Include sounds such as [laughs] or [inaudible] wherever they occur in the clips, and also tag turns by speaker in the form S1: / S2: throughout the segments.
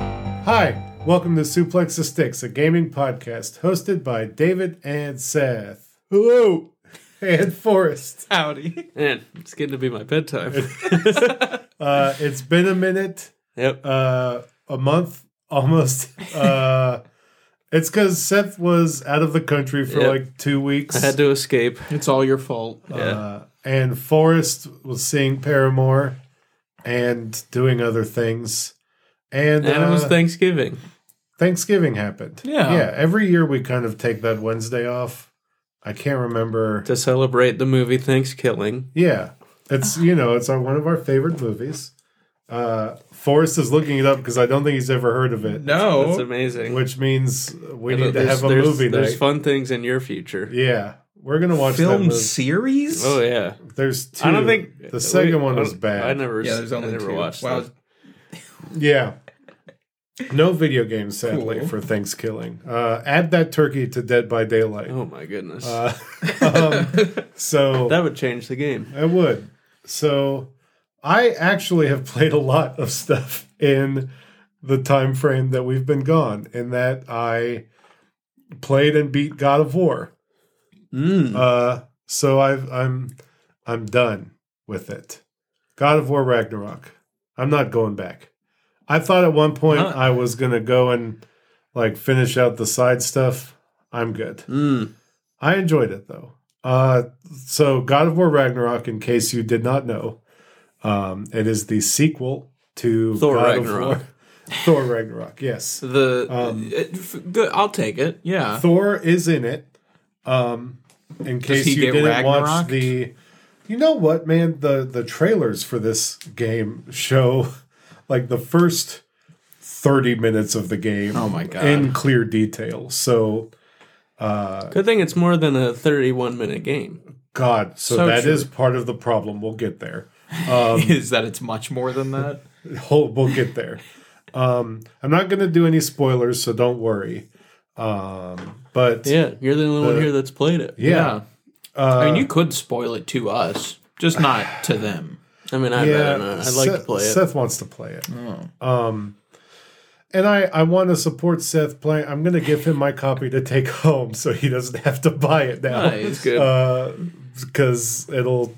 S1: Hi, welcome to Suplex of Sticks, a gaming podcast hosted by David and Seth. Hello, [laughs] and Forrest.
S2: [laughs]
S3: Howdy.
S4: Man, it's getting to be
S1: [laughs]
S4: my bedtime.
S1: Uh, it's been a minute,
S4: yep.
S1: uh, a month [laughs] almost. Uh, it's because Seth was out of the country for
S4: Yep.
S1: like two
S4: I
S1: weeks,
S4: had to escape.
S3: It's all your fault.
S4: Yeah.
S1: uh, and Forrest was seeing Paramore and doing other things. And,
S4: and it was
S1: uh,
S4: Thanksgiving.
S1: Thanksgiving happened.
S3: Yeah.
S1: Yeah. Every year we kind of take that Wednesday off. I can't remember.
S4: To celebrate the movie Thanksgiving.
S1: Yeah. It's, you know, it's our, one of our favorite movies. Uh, Forrest is looking it up because I don't think he's ever heard of it,
S4: That's
S3: No.
S4: amazing.
S1: which means we
S4: I know
S1: need to
S4: there's-
S1: have a
S4: there's-
S1: movie
S4: There's
S1: night.
S4: fun things in your future.
S1: Yeah. We're going to watch that
S3: Film
S1: movie.
S3: series?
S4: Oh, yeah.
S1: There's two.
S4: I don't think.
S1: The second
S4: we-
S1: one
S4: I
S1: was
S4: don't-
S1: bad.
S4: I never,
S3: Yeah, there's only
S4: I never
S3: two.
S4: watched
S3: Wow.
S4: that.
S1: Yeah. No video games, sadly,
S3: Cool.
S1: for Thanksgiving. Uh, add that turkey to Dead by Daylight.
S4: Oh, my goodness.
S1: Uh, [laughs] um, so
S4: [laughs] that would change the game.
S1: I would. So I actually have played a lot of stuff in the time frame that we've been gone. In that I played and beat God of War.
S4: Mm.
S1: Uh, so I've I'm I'm done with it. God of War Ragnarok. I'm not going back. I thought at one point
S4: Huh.
S1: I was gonna go and like finish out the side stuff. I'm good.
S4: Mm.
S1: I enjoyed it though. Uh, so, God of War Ragnarok, in case you did not know, um, it is the sequel to
S4: Thor
S1: God
S4: Ragnarok.
S1: Of War. [laughs] Thor Ragnarok,
S4: [laughs]
S1: yes.
S4: The uh,
S1: Um,
S4: it- f- good. I'll take it. Yeah.
S1: Thor is in it. Um, in case
S3: he
S1: you
S3: get
S1: didn't watch
S3: Ragnarok'd?
S1: the, you know what, man, the the trailers for this game show [laughs] like the first thirty minutes of the game.
S3: Oh my God.
S1: In clear detail. So, uh,
S4: Good thing it's more than a 31 minute game.
S1: God, so,
S3: So
S1: that is
S3: true.
S1: part of the problem. We'll get there.
S3: [laughs] Is that it's much more than that?
S1: We'll, we'll get there. [laughs] Um, I'm not going to do any spoilers, so don't worry. Um, but
S4: Yeah. You're the only one here that's played it.
S1: Yeah.
S3: I mean, you could spoil it to us, just not to [laughs] them.
S4: I mean, I'd, rather not. I'd like to
S1: Seth-
S4: play it.
S1: Seth wants to play it. Um,
S4: Oh.
S1: and I, I want to support Seth playing. I'm going to give him my copy to take home so he doesn't have to buy it now
S4: That's
S3: Nice.
S4: good.
S1: because it'll.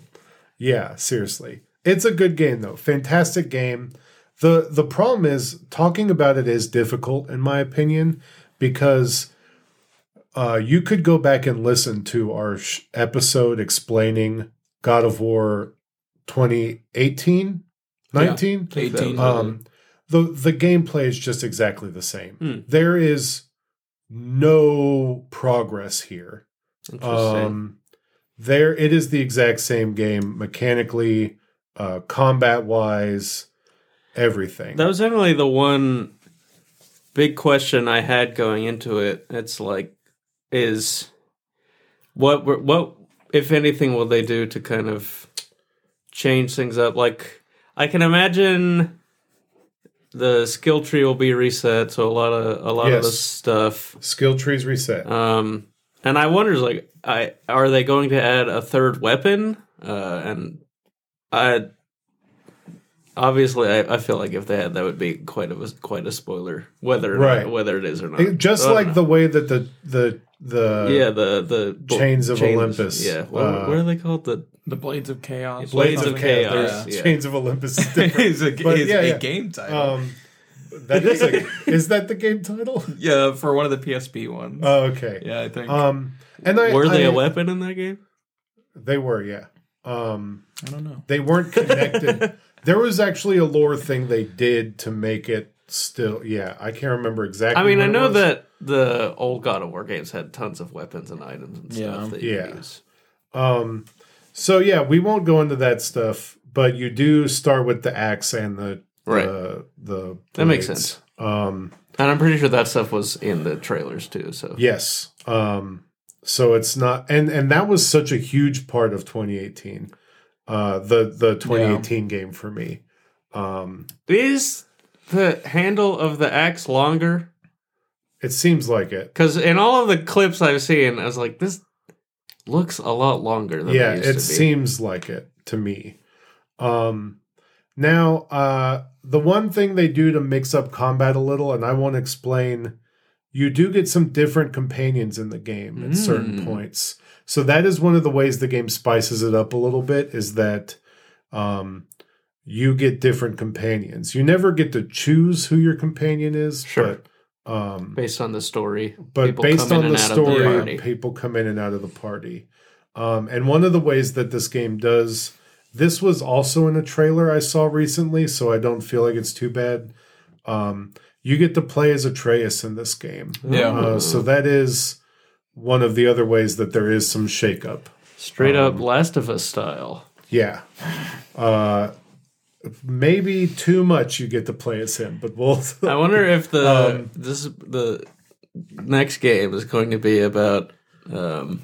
S1: Yeah, seriously, it's a good game though. Fantastic game. the The problem is talking about it is difficult, in my opinion, because uh, you could go back and listen to our sh- episode explaining God of War 2018, 19,
S3: 18.
S1: um, the the gameplay is just exactly the same. There is no progress here.
S4: Interesting.
S1: Um, there it is the exact same game mechanically, uh, combat wise, everything.
S4: That was definitely the one big question I had going into it. It's like, is what were- what if anything will they do to kind of change things up? Like, I can imagine the skill tree will be reset, so a lot of a lot of the
S1: Yes.
S4: stuff.
S1: Skill trees reset.
S4: Um, and I wonder, like, I are they going to add a third weapon? Uh, and I obviously, I, I feel like if they had, that would be quite a quite a spoiler, whether or
S1: Right.
S4: not, whether it is or not.
S1: It- just
S4: So I don't
S1: like
S4: know.
S1: the way that the the the
S4: yeah, the the bo-
S1: Chains of Olympus,
S4: Yeah, what,
S1: uh,
S4: what are they called? The
S3: The Blades of Chaos.
S1: Blades
S4: Blades
S1: of
S4: of
S1: Chaos.
S4: Chaos, yeah.
S1: Chains of Olympus is [laughs]
S3: [laughs]
S1: different.
S3: is a,
S1: But
S3: is
S1: yeah,
S3: a
S1: yeah.
S3: game title.
S1: um, that is a, [laughs] is that the game [laughs] title?
S3: yeah, for one of the PSP ones.
S1: Oh, okay.
S3: yeah, I think.
S1: Um, and I,
S4: were they
S1: I-
S4: a weapon in that game?
S1: They were, yeah. Um,
S3: I don't know.
S1: they weren't connected.
S3: [laughs]
S1: there was actually a lore thing they did to make it still. Yeah, I can't remember exactly.
S4: I mean,
S1: what
S4: I
S1: it
S4: know
S1: was.
S4: that the old God of War games had tons of weapons and items and
S3: Yeah.
S4: stuff that you
S1: Yeah.
S4: use.
S1: Um, so yeah, we won't go into that stuff, but you do start with the axe and the
S4: Right.
S1: the, the
S4: That makes
S1: blades.
S4: sense.
S1: Um,
S4: And I'm pretty sure that stuff was in the trailers too. So
S1: yes. Um, so it's not, and and that was such a huge part of 2018. Uh, the the 2018 game for me. Um,
S4: Is the handle of the axe longer?
S1: it seems like it.
S4: Because in all of the clips I've seen, I was like, this looks a lot longer than
S1: yeah
S4: it
S1: it
S4: used to be.
S1: seems like it to me um Now, uh, the one thing they do to mix up combat a little, and I won't explain, you do get some different companions in the game at
S4: Hmm.
S1: certain points. So that is one of the ways the game spices it up a little bit is that um, you get different companions. You never get to choose who your companion is,
S4: Sure.
S1: but um,
S4: based on the story.
S1: but
S4: people
S1: based
S4: come in
S1: on the
S4: and out of
S1: story,
S4: party.
S1: people come in and out of the party. Um, and one of the ways that this game does this was also in a trailer I saw recently, so I don't feel like it's too bad. Um, you get to play as Atreus in this game,
S3: Yeah.
S1: uh, so that is one of the other ways that there is some shakeup.
S4: Straight
S1: Um,
S4: up Last of Us style.
S1: Yeah, uh, maybe too much you get to play as him, but we'll. [laughs]
S4: I wonder if the
S1: Um,
S4: this the next game is going to be about um,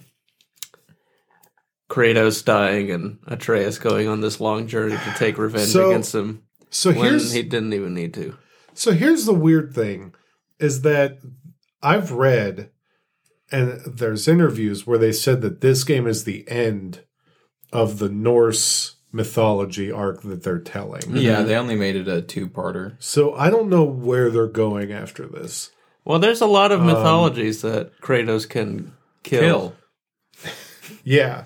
S4: Kratos dying and Atreus going on this long journey to take revenge
S1: So,
S4: against him
S1: so
S4: when
S1: here's
S4: he didn't even need to.
S1: So here's the weird thing is that I've read and there's interviews where they said that this game is the end of the Norse mythology arc that they're telling.
S2: Yeah, they only made it a two-parter.
S1: So I don't know where they're going after this.
S4: Well, there's a lot of mythologies that Kratos can Um, kill.
S2: Kill.
S1: Yeah.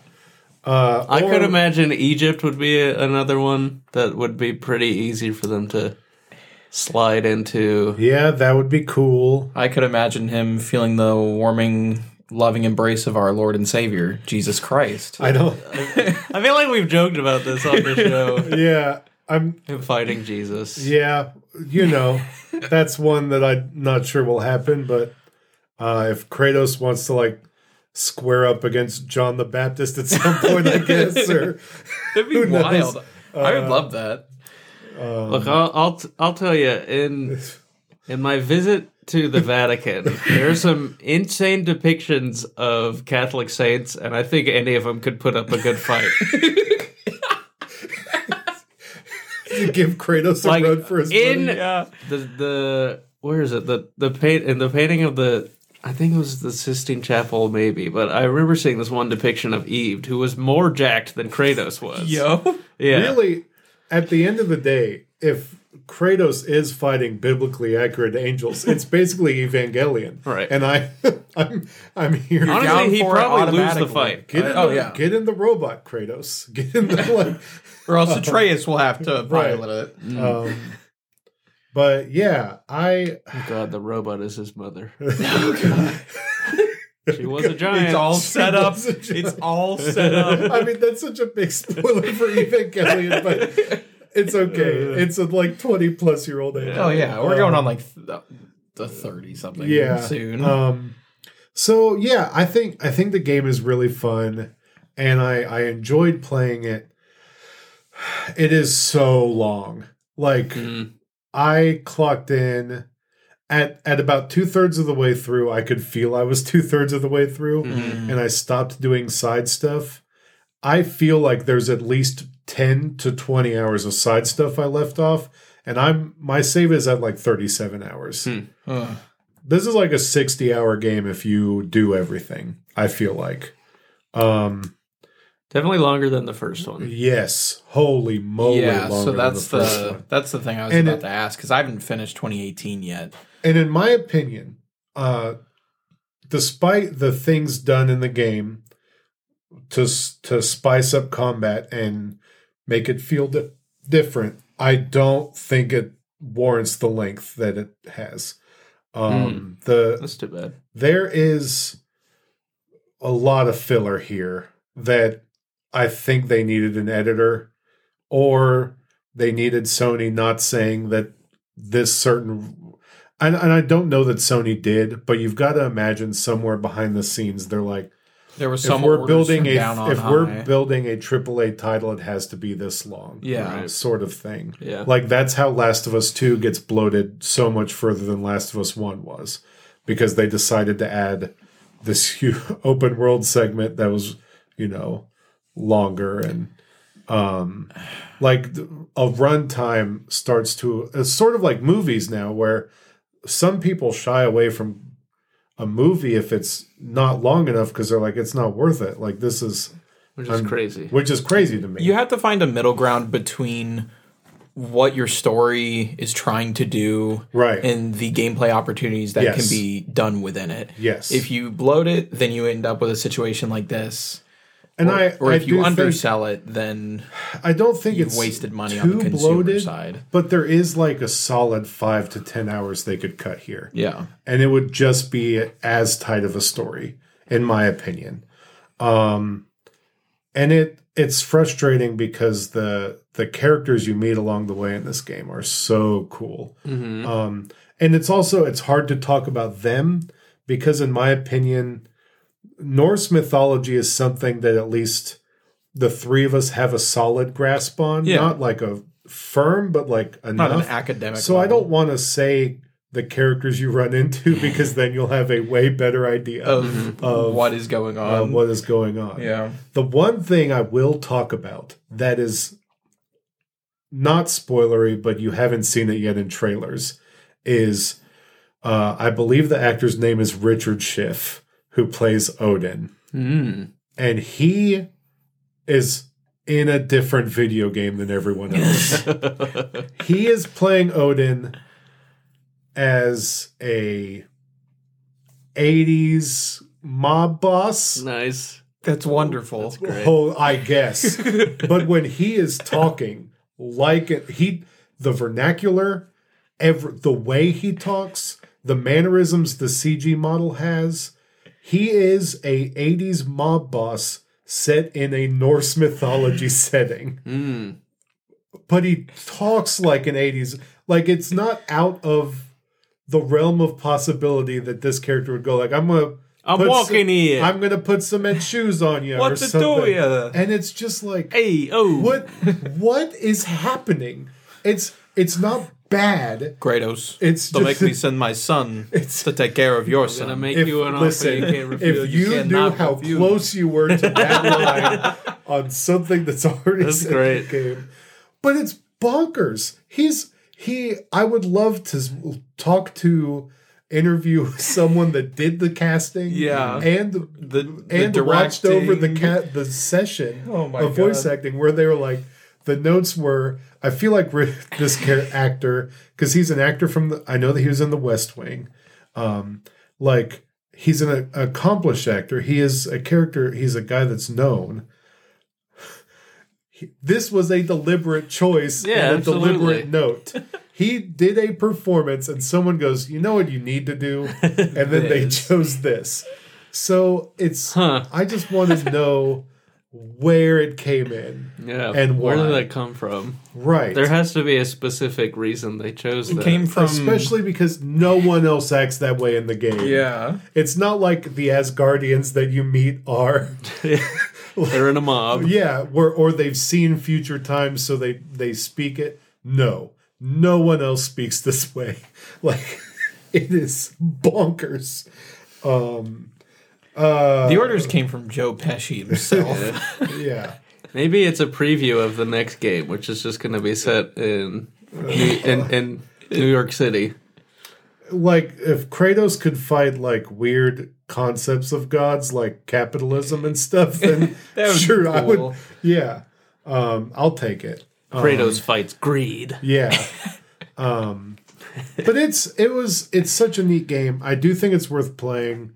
S1: Uh,
S4: I
S1: or-
S4: could imagine Egypt would be a, another one that would be pretty easy for them to slide into.
S1: Yeah, that would be cool.
S2: I could imagine him feeling the warming, loving embrace of our Lord and Savior, Jesus Christ.
S1: I
S4: [laughs]
S1: don't.
S4: I feel like we've joked about this on the show.
S1: Yeah, I'm.
S4: [laughs] Him fighting Jesus.
S1: Yeah, you
S4: [laughs]
S1: know, that's one that I'm not sure will happen. But uh, if Kratos wants to like square up against John the Baptist at some
S4: [laughs]
S1: point, I guess, or
S2: That'd be wild. I
S1: Uh,
S2: would love that.
S4: Look, I'll I'll, t- I'll tell you in in my visit to [laughs] the Vatican, there are some insane depictions of Catholic saints, and I think any of them could put up a good fight.
S1: to give Kratos a [laughs]
S4: like
S1: road for his
S4: in
S1: money.
S4: the the where is it the the paint in the painting of the I think it was the Sistine Chapel maybe, but I remember seeing this one depiction of Eve who was more jacked than Kratos was.
S2: Yo.
S4: yeah,
S1: Really, at the end of the day, if Kratos is fighting biblically accurate angels,
S4: [laughs]
S1: it's basically Evangelion,
S4: Right.
S1: And I, [laughs] I'm, I'm here.
S2: down
S4: honestly, he
S2: for it
S4: probably lose the
S2: automatically.
S4: fight.
S1: Get in,
S2: Oh,
S1: the,
S2: yeah.
S1: get in the robot, Kratos. [laughs] Get in the like,
S4: [laughs]
S2: Or
S1: [laughs]
S2: else Atreus will have to
S1: Right.
S2: pilot it.
S1: um, but yeah, I
S4: Oh God, the robot is
S1: [laughs]
S4: his mother.
S1: Oh,
S4: She was a giant.
S2: It's all
S1: [laughs]
S2: set up.
S1: was a giant.
S2: It's all set
S1: [laughs]
S2: up.
S1: I mean, that's such a big spoiler for Evangelion, but it's okay. It's a like twenty plus year old anime.
S2: Oh yeah, we're
S1: Um,
S2: going on like th- the thirty something
S1: yeah.
S2: soon.
S1: Um, so yeah, I think I think the game is really fun, and I I enjoyed playing it. It is so long. Like
S4: Mhm.
S1: I clocked in at at about two thirds of the way through. I could feel I was [laughs] two thirds of the way through, and I stopped doing side stuff. I feel like there's at least ten to twenty hours of side stuff I left off, and I'm my save is at like thirty seven hours
S2: Huh.
S1: this is like a 60 hour game if you do everything i feel like um
S4: Definitely longer than the first one.
S1: yes holy moly
S2: yeah,
S1: longer
S2: so
S1: than
S2: that's the,
S1: first one.
S2: that's the thing I was
S1: And
S2: about
S1: it-
S2: to ask because I haven't finished 2018 yet.
S1: and in my opinion uh despite the things done in the game to s- to spice up combat and make it feel di- different i don't think it warrants the length that it has
S2: Hmm.
S1: um the
S4: That's too bad.
S1: there is a lot of filler here that I think they needed an editor or they needed Sony not saying that this certain and, and I don't know that Sony did, but you've got to imagine somewhere behind the scenes they're like
S2: There was
S1: if
S2: some
S1: we're
S2: orders
S1: building
S2: from
S1: a
S2: down on
S1: if we're
S2: high.
S1: building a AAA title it has to be this long.
S2: yeah.
S4: Right.
S1: Sort of thing.
S4: Yeah.
S1: [laughs] Like that's how Last of Us 2 gets bloated so much further than Last of Us 1 was because they decided to add this [laughs] huge open world segment that was, you know, longer and um like th- a runtime starts to it's sort of like movies now where some people shy away from a movie if it's not long enough because they're like it's not worth it like this is um,
S4: Which is crazy.
S1: which is crazy to me
S2: You have to find a middle ground between what your story is trying to do
S1: Right.
S2: and the gameplay opportunities that
S1: Yes.
S2: can be done within it.
S1: Yes.
S2: If you bloat it, then you end up with a situation like this.
S1: and I,
S2: Or
S1: I
S2: if you
S1: do think-
S2: undersell it, then
S1: I don't think
S2: you've
S1: it's
S2: wasted money
S1: too
S2: on the consumer
S1: bloated,
S2: side.
S1: but there is like a solid five to ten hours they could cut here.
S2: yeah.
S1: and it would just be as tight of a story in my opinion um and it it's frustrating because the the characters you meet along the way in this game are so cool
S2: Mm-hmm.
S1: um and it's also it's hard to talk about them because in my opinion norse mythology is something that at least the three of us have a solid grasp on
S3: Yeah.
S1: not like a firm but like
S2: Not
S1: enough
S2: an academic.
S1: so I
S2: level.
S1: don't want to say the characters you run into [laughs] because then you'll have a way better idea
S2: Of
S1: Mhm. of
S2: what is going
S1: uh,
S2: on.
S1: what is going on.
S2: yeah.
S1: The one thing I will talk about that is not spoilery, but you haven't seen it yet in trailers, is uh, I believe the actor's name is Richard Schiff, who plays Odin,
S3: Mm.
S1: and he is in a different video game than everyone else he is playing Odin as a 80s mob boss.
S4: Nice.
S2: That's wonderful.
S1: Oh, I guess. but when he is talking, like it, he the vernacular, ever the way he talks, the mannerisms the CG model has, he is a 80s mob boss set in a Norse mythology [laughs] setting
S4: Hmm.
S3: Mm.
S1: but he talks like an 80s like it's not out of the realm of possibility that this character would go like i'm gonna
S4: I'm
S1: put
S4: walking
S1: some,
S4: here.
S1: i'm gonna put cement shoes on you or
S4: what to
S1: something
S4: do here?
S1: and it's just like
S4: Hey, oh.
S1: what what is happening it's it's not bad
S2: Kratos.
S1: it's
S2: Don't
S1: just
S2: make me send my
S1: [laughs]
S2: son to take care of your son.
S4: gonna make
S1: if,
S4: you an offer
S1: listen,
S4: you can't refuse.
S1: if you, knew
S4: cannot
S1: how
S4: refuse.
S1: close you were to
S4: [laughs]
S1: that line on something that's already
S4: That's
S1: set in
S4: great.
S1: the game, but it's bonkers. He's he. I would love to s- talk to, interview [laughs] someone that did the casting,
S2: Yeah.
S1: and the, and watched over the cat the session
S2: Oh my
S1: of voice
S2: God.
S1: acting where they were like. The notes were. I feel like Ri- this char- actor, because he's an actor from the. I know that he was in The West Wing like he's an a- accomplished actor he is a character he's a guy that's known He- this was a deliberate choice
S4: Yeah,
S1: and a
S4: absolutely.
S1: deliberate note he did a performance and someone goes you know what you need to do and then they chose this so it's
S4: Huh.
S1: i just want to know where it came in
S4: Yeah.
S1: and
S4: where did
S1: why.
S4: that come from?
S1: right
S4: There has to be a specific reason they chose that.
S2: Came from
S1: especially because no one else acts that way in the game
S2: yeah.
S1: it's not like the asgardians that you meet are
S4: They're in a mob.
S1: Yeah, or or they've seen future times, so they they speak it. No, no one else speaks this [laughs] way. Like it is bonkers. Um, uh,
S2: The orders came from Joe Pesci himself.
S1: [laughs] Yeah,
S4: Maybe it's a preview of the next game, which is just going to be set in New, in, in New York City.
S1: like if Kratos could fight like weird concepts of gods, like capitalism and stuff, then
S2: [laughs] That would be
S1: sure I
S2: cool.
S1: would. Yeah, um, I'll take it.
S4: Kratos fights greed.
S1: Yeah. um but it's it was it's such a neat game. I do think it's worth playing.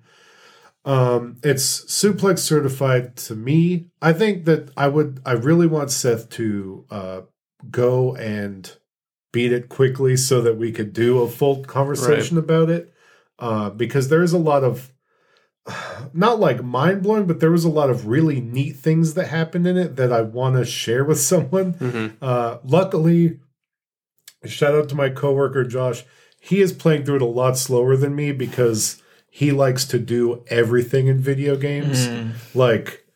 S1: Um it's suplex certified to me. I think that I would I really want Seth to uh go and beat it quickly so that we could do a full conversation about it. Uh because there is a lot of not like mind blowing, but there was a lot of really neat things that happened in it that I want to share with [laughs] someone. Uh, luckily, shout out to my coworker Josh. He is playing through it a lot slower than me because he likes to do everything in video games,
S2: Mm.
S1: like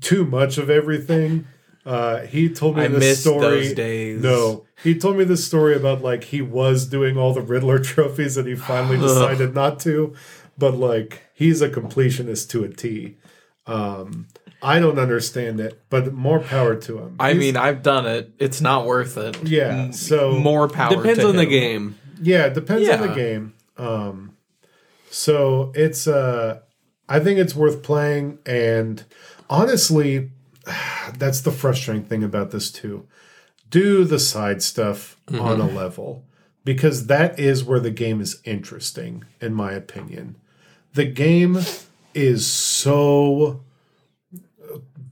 S1: too much of everything. Uh, he told me
S2: I
S1: this
S2: miss
S1: story.
S2: those days.
S1: No, he told me this story about like he was doing all the Riddler [laughs] trophies and he finally decided not to, but like he's a completionist to a T. Um, I don't understand it, but more power to him.
S2: I
S1: He's-
S2: mean, I've done it. It's not worth it.
S1: yeah. So
S2: More power.
S4: Depends
S2: to
S4: on the
S2: him.
S4: game.
S1: Yeah, it depends on the
S2: Yeah.
S1: game. Um, so it's uh, I think it's worth playing, [sighs] and honestly, that's the frustrating thing about this too. do the side stuff on a
S4: Mm-hmm.
S1: level because that is where the game is interesting, in my opinion. The game is so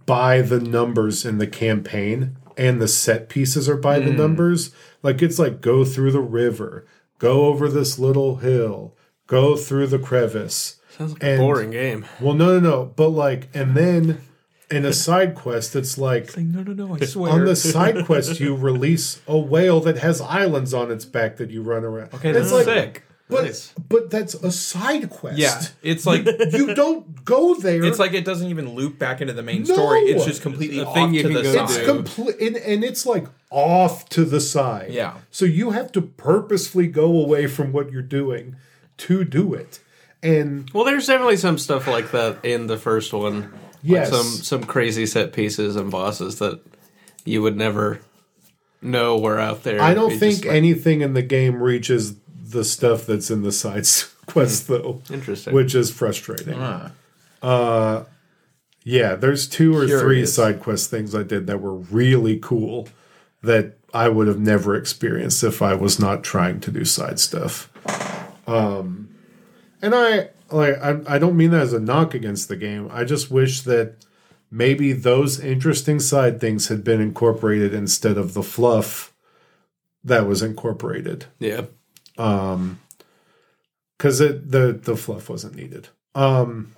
S1: by the numbers in the campaign, and the set pieces are by
S4: Mm.
S1: the numbers. Like it's like go through the river, go over this little hill, go through the crevice.
S4: Sounds like
S1: And-
S4: a boring game.
S1: Well, no, no, no. But like, and then in a side quest, it's like
S2: No, no, no! I swear.
S1: on the side quest, you release a whale that has islands on its back that you run around.
S2: Okay,
S1: it's
S2: that's
S1: like,
S2: sick.
S1: But
S4: Nice.
S1: but that's a side quest.
S2: Yeah, it's like
S1: [laughs] you don't go there.
S2: it's like it doesn't even loop back into the main
S1: No!
S2: story. It's just completely
S4: It's a thing
S2: off
S4: you
S2: to
S4: can
S2: the
S4: go
S2: side.
S1: it's
S4: do.
S1: complete, and, and it's like off to the side.
S2: Yeah.
S1: So you have to purposefully go away from what you're doing to do it, and
S4: Well, there's definitely some stuff like that in the first one.
S1: Yes.
S4: Like some some crazy set pieces and bosses that you would never know were out there.
S1: I don't
S4: It'd be just
S1: think
S4: like-
S1: anything in the game reaches the stuff that's in the side [laughs] quest though.
S4: Interesting.
S1: Which is frustrating. Uh, Yeah, there's two or three
S2: Curious.
S1: side quest things I did that were really cool that I would have never experienced if I was not trying to do side stuff. Um, and I like I, I don't mean that as a knock against the game. I just wish that maybe those interesting side things had been incorporated instead of the fluff that was incorporated
S4: yeah.
S1: because it the the fluff wasn't needed. Um,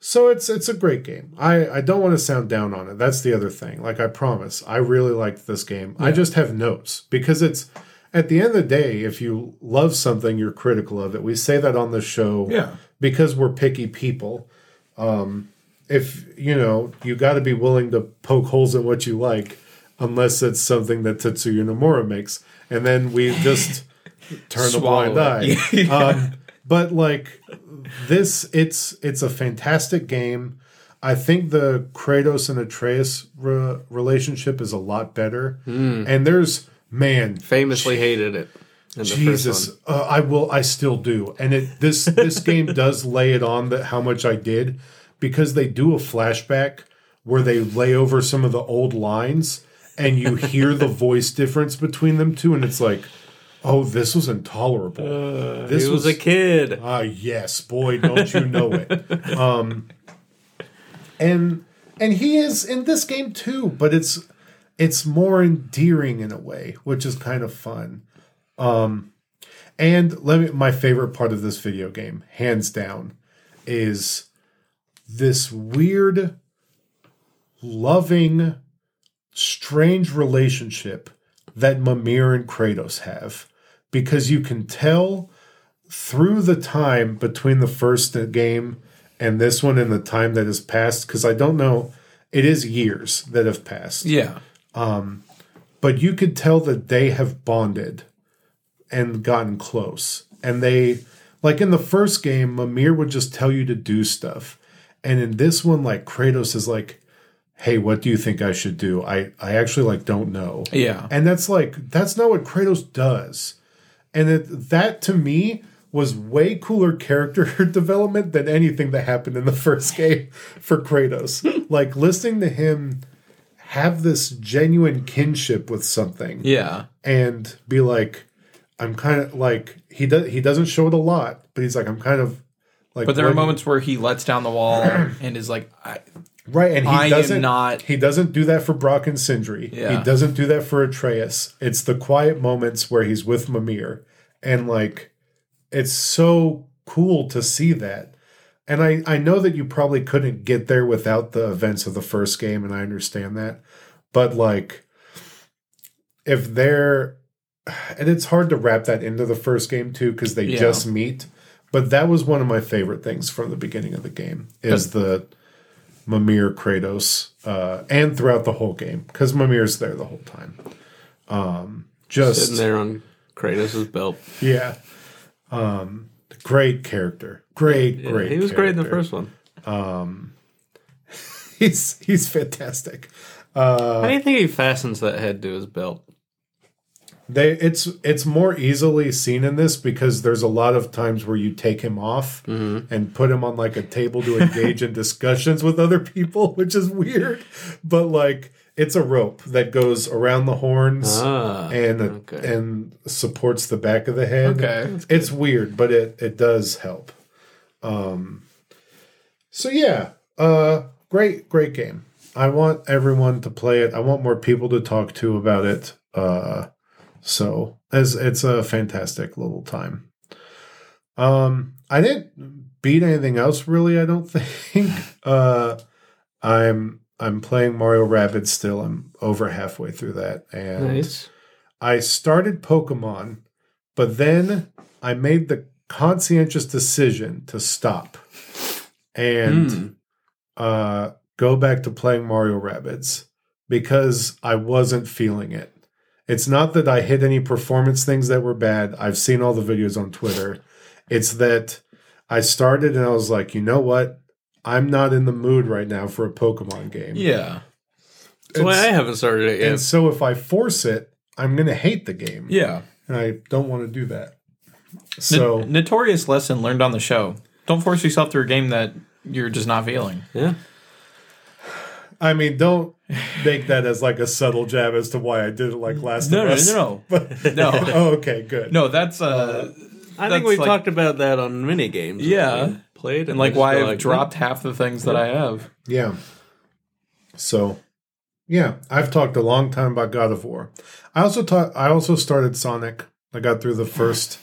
S1: so it's it's a great game. I I don't want to sound down on it. That's the other thing. Like I promise, I really liked this game. I just have notes because it's at the end of the day, if you love something, you're critical of it. We say that on the show,
S2: Yeah.
S1: because we're picky people. Um, if you know, you got to be willing to poke holes in what you like, unless it's something that Tetsuya Nomura makes, and then we
S2: [laughs]
S1: just turn a
S2: Swallow
S1: blind
S4: [laughs]
S1: eye. um, but like this, it's it's a fantastic game. I think the Kratos and Atreus re- relationship is a lot better, and there's man,
S4: Famously hated it. In Hmm. the First
S1: Jesus, uh, I will. I still do. And it this
S4: [laughs]
S1: this game does lay it on that how much I did because they do a flashback where they lay over some of the old lines and you hear
S4: [laughs]
S1: the voice difference between them two, and it's like, oh, this was intolerable.
S4: one.
S1: this
S4: He Uh, was a kid.
S1: Ah, yes, boy, don't you know it. Um, and and he is in this game too, but it's it's more endearing in a way, which is kind of fun. Um, and let me my favorite part of this video game, hands down, is this weird, loving, strange relationship that Mimir and Kratos have, because you can tell through the time between the first game and this one and the time that has passed because i don't know it is years that have passed Um,
S2: Yeah,
S1: but you could tell that they have bonded and gotten close. And they, like in the first game, Mimir would just tell you to do stuff. And in this one, like Kratos is like, hey, what do you think I should do? I, I actually like don't know.
S2: Yeah.
S1: And that's like, that's not what Kratos does. And it, that to me was way cooler [laughs] character development than anything that happened in the first game for
S2: [laughs]
S1: Kratos. like listening to him have this genuine kinship with something
S2: yeah.
S1: and be like i'm kind of like he does he doesn't show it a lot but he's like i'm kind of like
S2: But there are
S1: like-
S2: moments where he lets down
S1: [clears throat]
S2: the wall and is like, I,
S1: right and he
S2: I am
S1: doesn't
S2: not-
S1: he doesn't do that for brock and sindri
S2: Yeah.
S1: he doesn't do that for atreus it's the quiet moments where he's with mimir and like it's so cool to see that and I, I know that you probably couldn't get there without the events of the first game and i understand that but like if they're and it's hard to wrap that into the first game too because they
S2: Yeah.
S1: just meet but that was one of my favorite things from the beginning of the game is the mimir kratos uh, and throughout the whole game because mimir's there the whole time um, just
S4: Sitting there on Kratos' belt.
S1: yeah um, great character great great
S4: He was great in the
S1: character.
S4: first one.
S1: he's he's fantastic
S4: How do you think he fastens that head to his belt?
S1: they it's it's more easily seen in this because there's a lot of times where you take him off
S4: Mm-hmm.
S1: and put him on [laughs] like a table to engage in discussions with other people which is weird but like It's a rope that goes around the horns
S4: Ah,
S1: and
S4: okay.
S1: and supports the back of the head.
S2: Okay.
S1: It's weird, but it it does help. Um so yeah, uh great great game. I want everyone to play it. I want more people to talk to about it. Uh so as it's a fantastic little time. Um I didn't beat anything else really, I don't [laughs] think. Uh I'm I'm playing Mario Rabbids still. I'm over halfway through that and
S4: nice.
S1: I started Pokemon, but then I made the conscientious decision to stop and
S3: Hmm.
S1: uh, go back to playing Mario Rabbids because I wasn't feeling it. It's not that I hit any performance things that were bad. I've seen all the videos on Twitter. It's that I started and I was like, you know what? I'm not in the mood right now for a Pokemon game.
S2: Yeah.
S4: That's why
S1: it's-
S4: I haven't started it
S1: And
S4: yet.
S1: so if I force it, I'm going to hate the game
S2: Yeah.
S1: and I don't want to do that.
S2: N-
S1: So
S2: notorious lesson learned on the show. Don't force yourself through a game that you're just not feeling.
S4: Yeah.
S1: I mean, don't make that as like a subtle jab as to why I did it like last
S2: No,
S1: of
S2: no,
S1: Us.
S2: no,
S1: [laughs] But,
S2: [laughs] No.
S1: oh, okay, good.
S2: No, that's uh
S4: I
S2: That's
S4: think we've
S2: like-
S4: talked about that on mini games. that
S2: Yeah.
S4: we Played
S2: and like why
S4: I
S2: I've dropped half the things that I have.
S1: Yeah. So, yeah, I've talked a long time about God of War. I also taught. I also started Sonic. I got through the first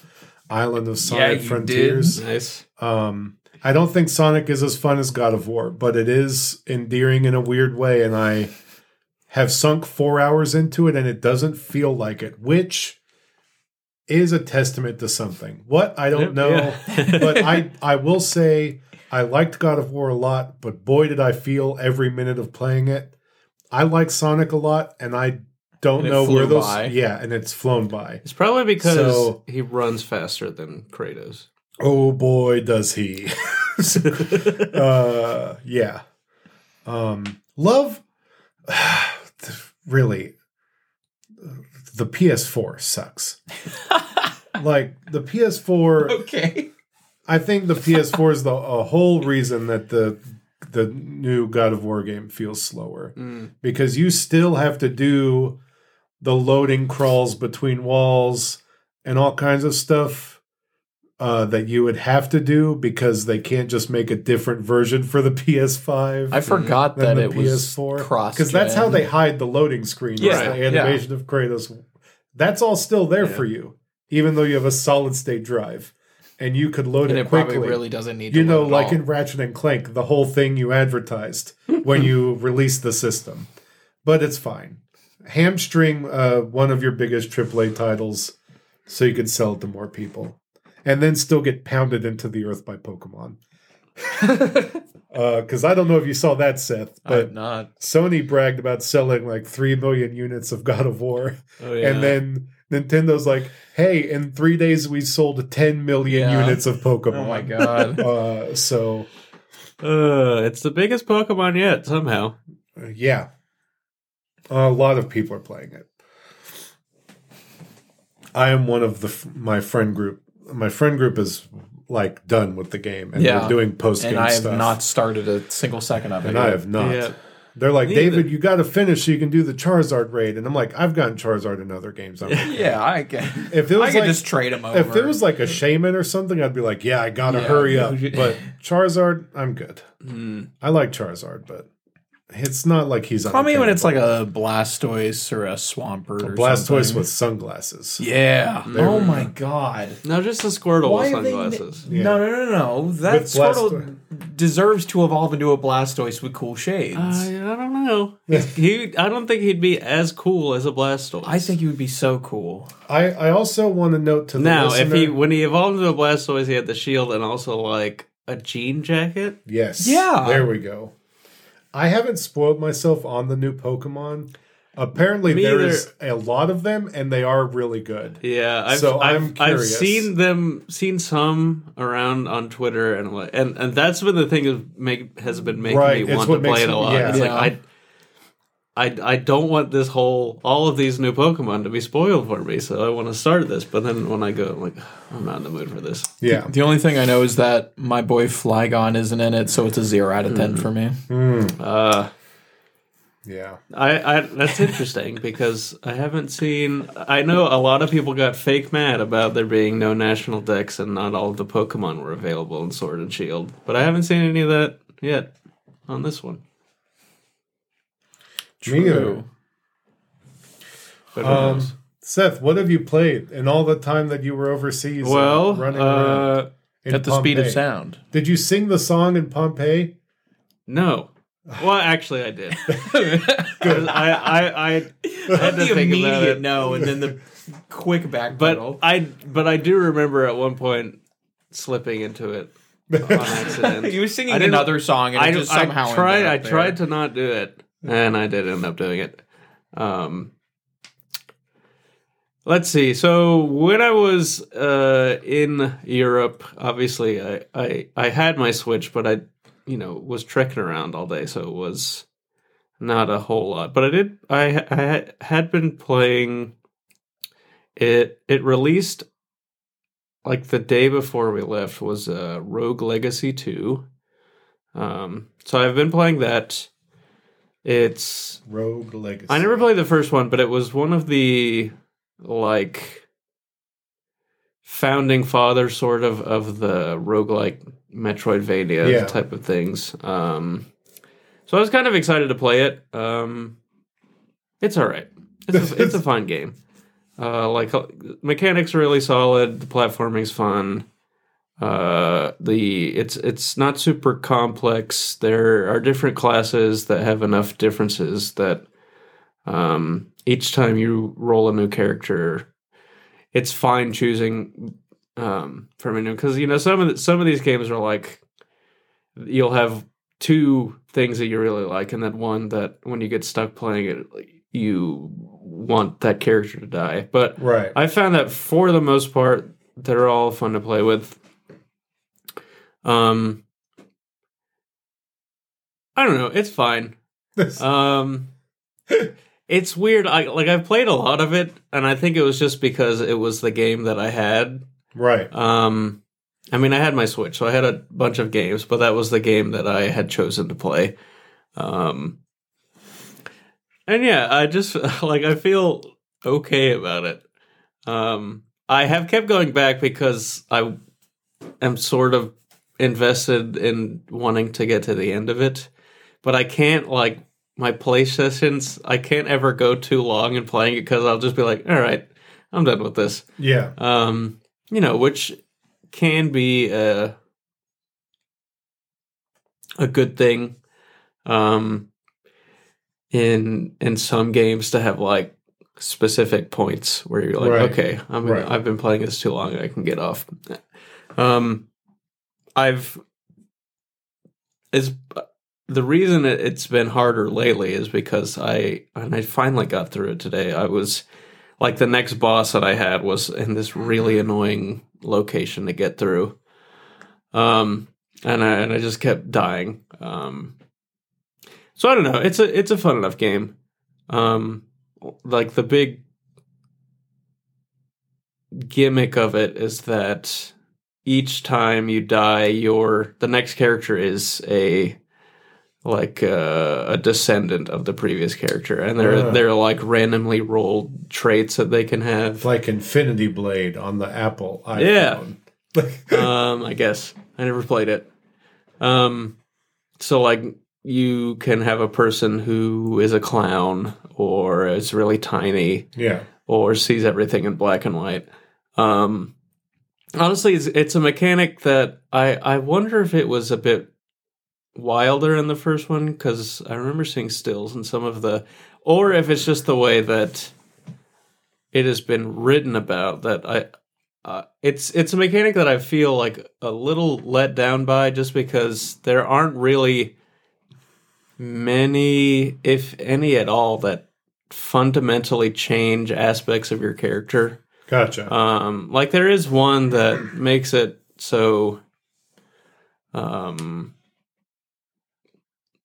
S1: Island of Sonic
S2: you
S1: Frontiers.
S4: Nice.
S1: Um, I don't think Sonic is as fun as God of War, but it is endearing in a weird way, and I have sunk four hours into it, and it doesn't feel like it, which is a testament to something. What I don't know, but
S2: [laughs]
S1: I I will say I liked God of War a lot, but boy did I feel every minute of playing it. I like Sonic a lot, and I don't
S2: And it
S1: know where
S2: flew
S1: those
S2: by.
S1: yeah, and it's flown by.
S4: It's probably because
S1: So-
S4: he runs faster than Kratos.
S1: Oh boy, does he! [laughs] uh, yeah, um, love. [sighs] really, the PS4 sucks. like the PS4,
S2: Okay.
S1: I think the PS4 is the a whole reason that the the new God of War game feels slower because you still have to do the loading crawls between walls and all kinds of stuff uh, that you would have to do because they can't just make a different version for the PS5
S2: I forgot
S1: than
S2: that
S1: the
S2: it was
S1: PS4
S2: cross
S1: because that's how they hide the loading screen. Yeah,
S2: Yeah,
S1: the animation of Kratos. That's all still there for you, even though you have a solid state drive, and you could load
S2: and
S1: it,
S2: it
S1: quickly.
S2: probably really doesn't need
S1: you
S2: to
S1: know,
S2: load at
S1: like
S2: all.
S1: in Ratchet and Clank, the whole thing you advertised when
S2: [laughs]
S1: you released the system. But it's fine. Hamstring uh, one of your biggest AAA titles so you could sell it to more people, and then still get pounded into the earth by
S2: [laughs]
S1: Pokemon. Because I don't know if you saw that, Seth, but
S2: I'm not.
S1: Sony bragged about selling like 3 million units of God of War.
S4: Oh, yeah.
S1: And then Nintendo's like, hey, in three days we sold 10 million
S2: Yeah.
S1: units of Pokemon.
S2: Oh
S1: [laughs]
S2: my god.
S1: Uh, so,
S4: uh, it's the biggest Pokemon yet, somehow.
S1: uh, yeah. A lot of people are playing it. I am one of the f- my friend group. My friend group is like done with the game and
S2: Yeah.
S1: they're doing post game
S2: and I have
S1: stuff.
S2: not started a single second of it.
S1: and I have not.
S4: Yeah.
S1: They're like,
S4: Neither.
S1: David, you got to finish so you can do the Charizard raid. And I'm like, I've gotten Charizard in other games.
S2: [laughs]
S1: I'm like,
S2: Yeah, I can.
S1: if it
S2: I
S1: was
S2: could
S1: like,
S2: just trade them over.
S1: if it was like a shaman or something, I'd be like, yeah, I gotta
S2: Yeah.
S1: hurry up. But Charizard, I'm good.
S4: Hmm.
S1: I like Charizard, but it's not like he's.
S2: Call me when it's
S1: unattainable.
S2: like a Blastoise or a Swampert. or
S1: Blastoise
S2: something.
S1: with sunglasses.
S2: Yeah. Oh my god.
S4: No, just the Squirtle
S2: Why
S4: with
S2: have they?
S4: sunglasses.
S1: Yeah.
S2: No, no, no, no. That
S1: With
S2: Squirtle deserves to evolve into a Blastoise with cool shades.
S4: I, I
S2: [laughs]
S4: don't know. He's- he, I don't think he'd be as cool as a Blastoise.
S2: I think he would be so cool.
S1: I, I also want to note to the
S4: now
S1: listener,
S4: if he when he evolved into a Blastoise, he had the shield and also like a jean jacket.
S1: yes,
S2: Yeah.
S1: there we go. I haven't spoiled myself on the new Pokemon. Apparently,
S4: Me
S1: there
S4: either.
S1: is a lot of them, and they are really good.
S4: Yeah, I've,
S1: So
S4: I've,
S1: I'm
S4: I've
S1: curious.
S4: seen them, seen some around on Twitter, and like, and and that's been the thing that make has been making
S1: Right, it's
S4: me want
S1: what
S4: to play
S1: makes
S4: it a
S1: me-
S4: lot.
S1: yeah.
S4: It's
S2: Yeah.
S4: like I, I, I don't want this whole all of these new Pokemon to be spoiled for me, so I want to start this. But then when I go, I'm like, I'm not in the mood for this.
S1: Yeah,
S2: The only thing I know is that my
S4: Mm.
S2: boy Flygon isn't in it, so it's a zero out of ten for me.
S4: Uh,
S1: Yeah.
S4: I, I that's interesting because I haven't seen. I know a lot of people got fake mad about there being no national decks and not all of the Pokemon were available in Sword and Shield, but I haven't seen any of that yet on this one.
S1: Me either.
S4: But who
S1: Um,
S4: knows?
S1: Seth, what have you played in all the time that you were overseas? and
S4: well,
S1: around
S4: uh,
S1: in
S2: At the speed of
S1: Pompeii?
S2: [laughs] sound.
S1: Did you sing the song in Pompeii?
S4: no. Well, actually,
S1: [laughs]
S4: I did. I, I, I had to
S2: the
S4: think about
S2: immediate
S4: it.
S2: no, and then
S4: [laughs]
S2: the quick back
S4: But
S2: [laughs] pedal.
S4: I but I do remember at one point slipping into
S1: [laughs]
S4: it on accident.
S2: you were singing
S4: I didn't-
S2: another song, and
S4: I,
S2: it just
S4: I
S2: somehow
S4: tried.
S2: ended up
S4: I
S2: there.
S4: tried to not do it, and I did end up doing it. Um, let's see. So when I was uh, in Europe, obviously I, I I had my Switch, but I you know was trekking around all day, so it was not a whole lot. But I did. I, I had- had been playing. It it released like the day before we left was uh, Rogue Legacy two. Um, so I've been playing that. It's
S1: Rogue Legacy.
S4: I never played the first one, but it was one of the like founding father sort of of the roguelike Metroidvania
S1: Yeah.
S4: type of things. Um, so I was kind of excited to play it. Um, it's all right. It's a, it's a fun game. Uh, like uh, mechanics are really solid. The platforming's fun. Uh, the it's it's not super complex. There are different classes that have enough differences that um, each time you roll a new character, it's fine choosing um, from a new because you know some of the, some of these games are like you'll have two things that you really like, and then one that when you get stuck playing it, you want that character to die. But [laughs]
S1: Right.
S4: I found that for the most part, they're all fun to play with. Um, I don't know. It's fine. Um, it's weird. I like I've played a lot of it, and I think it was just because it was the game that I had.
S1: [laughs] right.
S4: Um, I mean, I had my Switch, so I had a bunch of games, but that was the game that I had chosen to play. Um, and yeah, I just [laughs] like I feel okay about it. Um, I have kept going back because I am sort of invested in wanting to get to the end of it, but I can't like my play sessions. I can't ever go too long in playing it because I'll just be like, all right, I'm done with this
S1: Yeah.
S4: um, you know, which can be a a good thing um, in in some games to have like specific points where you're like,
S1: Right.
S4: okay, I'm
S1: Right.
S4: I've been playing this too long, I can get off. Um, I've it's the reason it, it's been harder lately is because I and I finally got through it today. I was like the next boss that I had was in this really annoying location to get through. Um and I and I just kept dying. Um so I don't know. It's a it's a fun enough game. Um like the big gimmick of it is that each time you die your the next character is a like uh, a descendant of the previous character and they're
S1: Ah.
S4: they're like randomly rolled traits that they can have
S1: Like Infinity Blade on the Apple
S4: Yeah.
S1: iPhone. [laughs]
S4: um, I guess I never played it. Um, so like you can have a person who is a clown or is really tiny
S1: Yeah.
S4: or sees everything in black and white. Um, honestly, it's, it's a mechanic that I I wonder if it was a bit wilder in the first one because I remember seeing stills in some of the, or if it's just the way that it has been written about that I. Uh, it's it's a mechanic that I feel like a little let down by just because there aren't really many, if any at all, that fundamentally change aspects of your character.
S1: Gotcha.
S4: Um, like there is one that makes it so, um,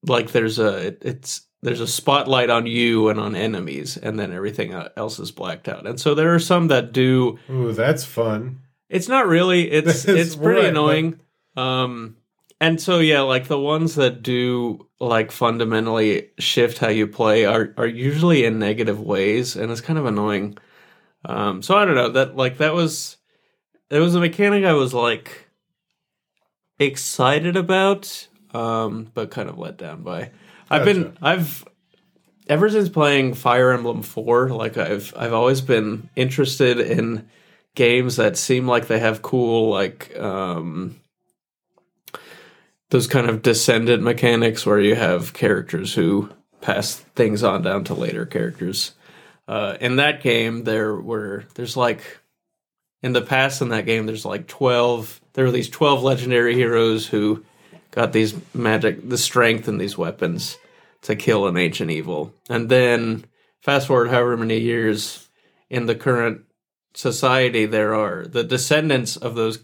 S4: like there's a it, it's there's a spotlight on you and on enemies, and then everything uh, else is blacked out. And so there are some that do
S1: Ooh, that's fun.
S4: it's not really.
S1: That's
S4: It's it's pretty
S1: right,
S4: annoying. Um, and so yeah, like the ones that do like fundamentally shift how you play are are usually in negative ways, and it's kind of annoying. Um, so I don't know that like that was it was a mechanic I was like excited about, um, but kind of let down by. I've been I've ever since playing Fire Emblem Four, like I've I've always been interested in games that seem like they have cool like um, those kind of descendant mechanics where you have characters who pass things on down to later characters. Uh, in that game, there were there's like in the past in that game there's like 12 there were these 12 legendary heroes who got these magic the strength and these weapons to kill an ancient evil and then fast forward however many years in the current society there are the descendants of those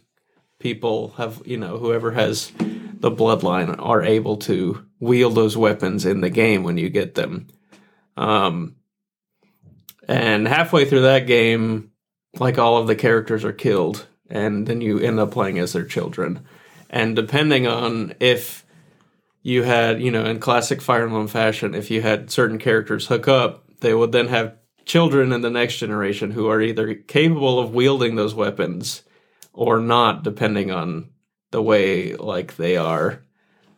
S4: people have you know whoever has the bloodline are able to wield those weapons in the game when you get them um and halfway through that game like all of the characters are killed and then you end up playing as their children and depending on if you had you know in classic fire emblem fashion if you had certain characters hook up they would then have children in the next generation who are either capable of wielding those weapons or not depending on the way like they are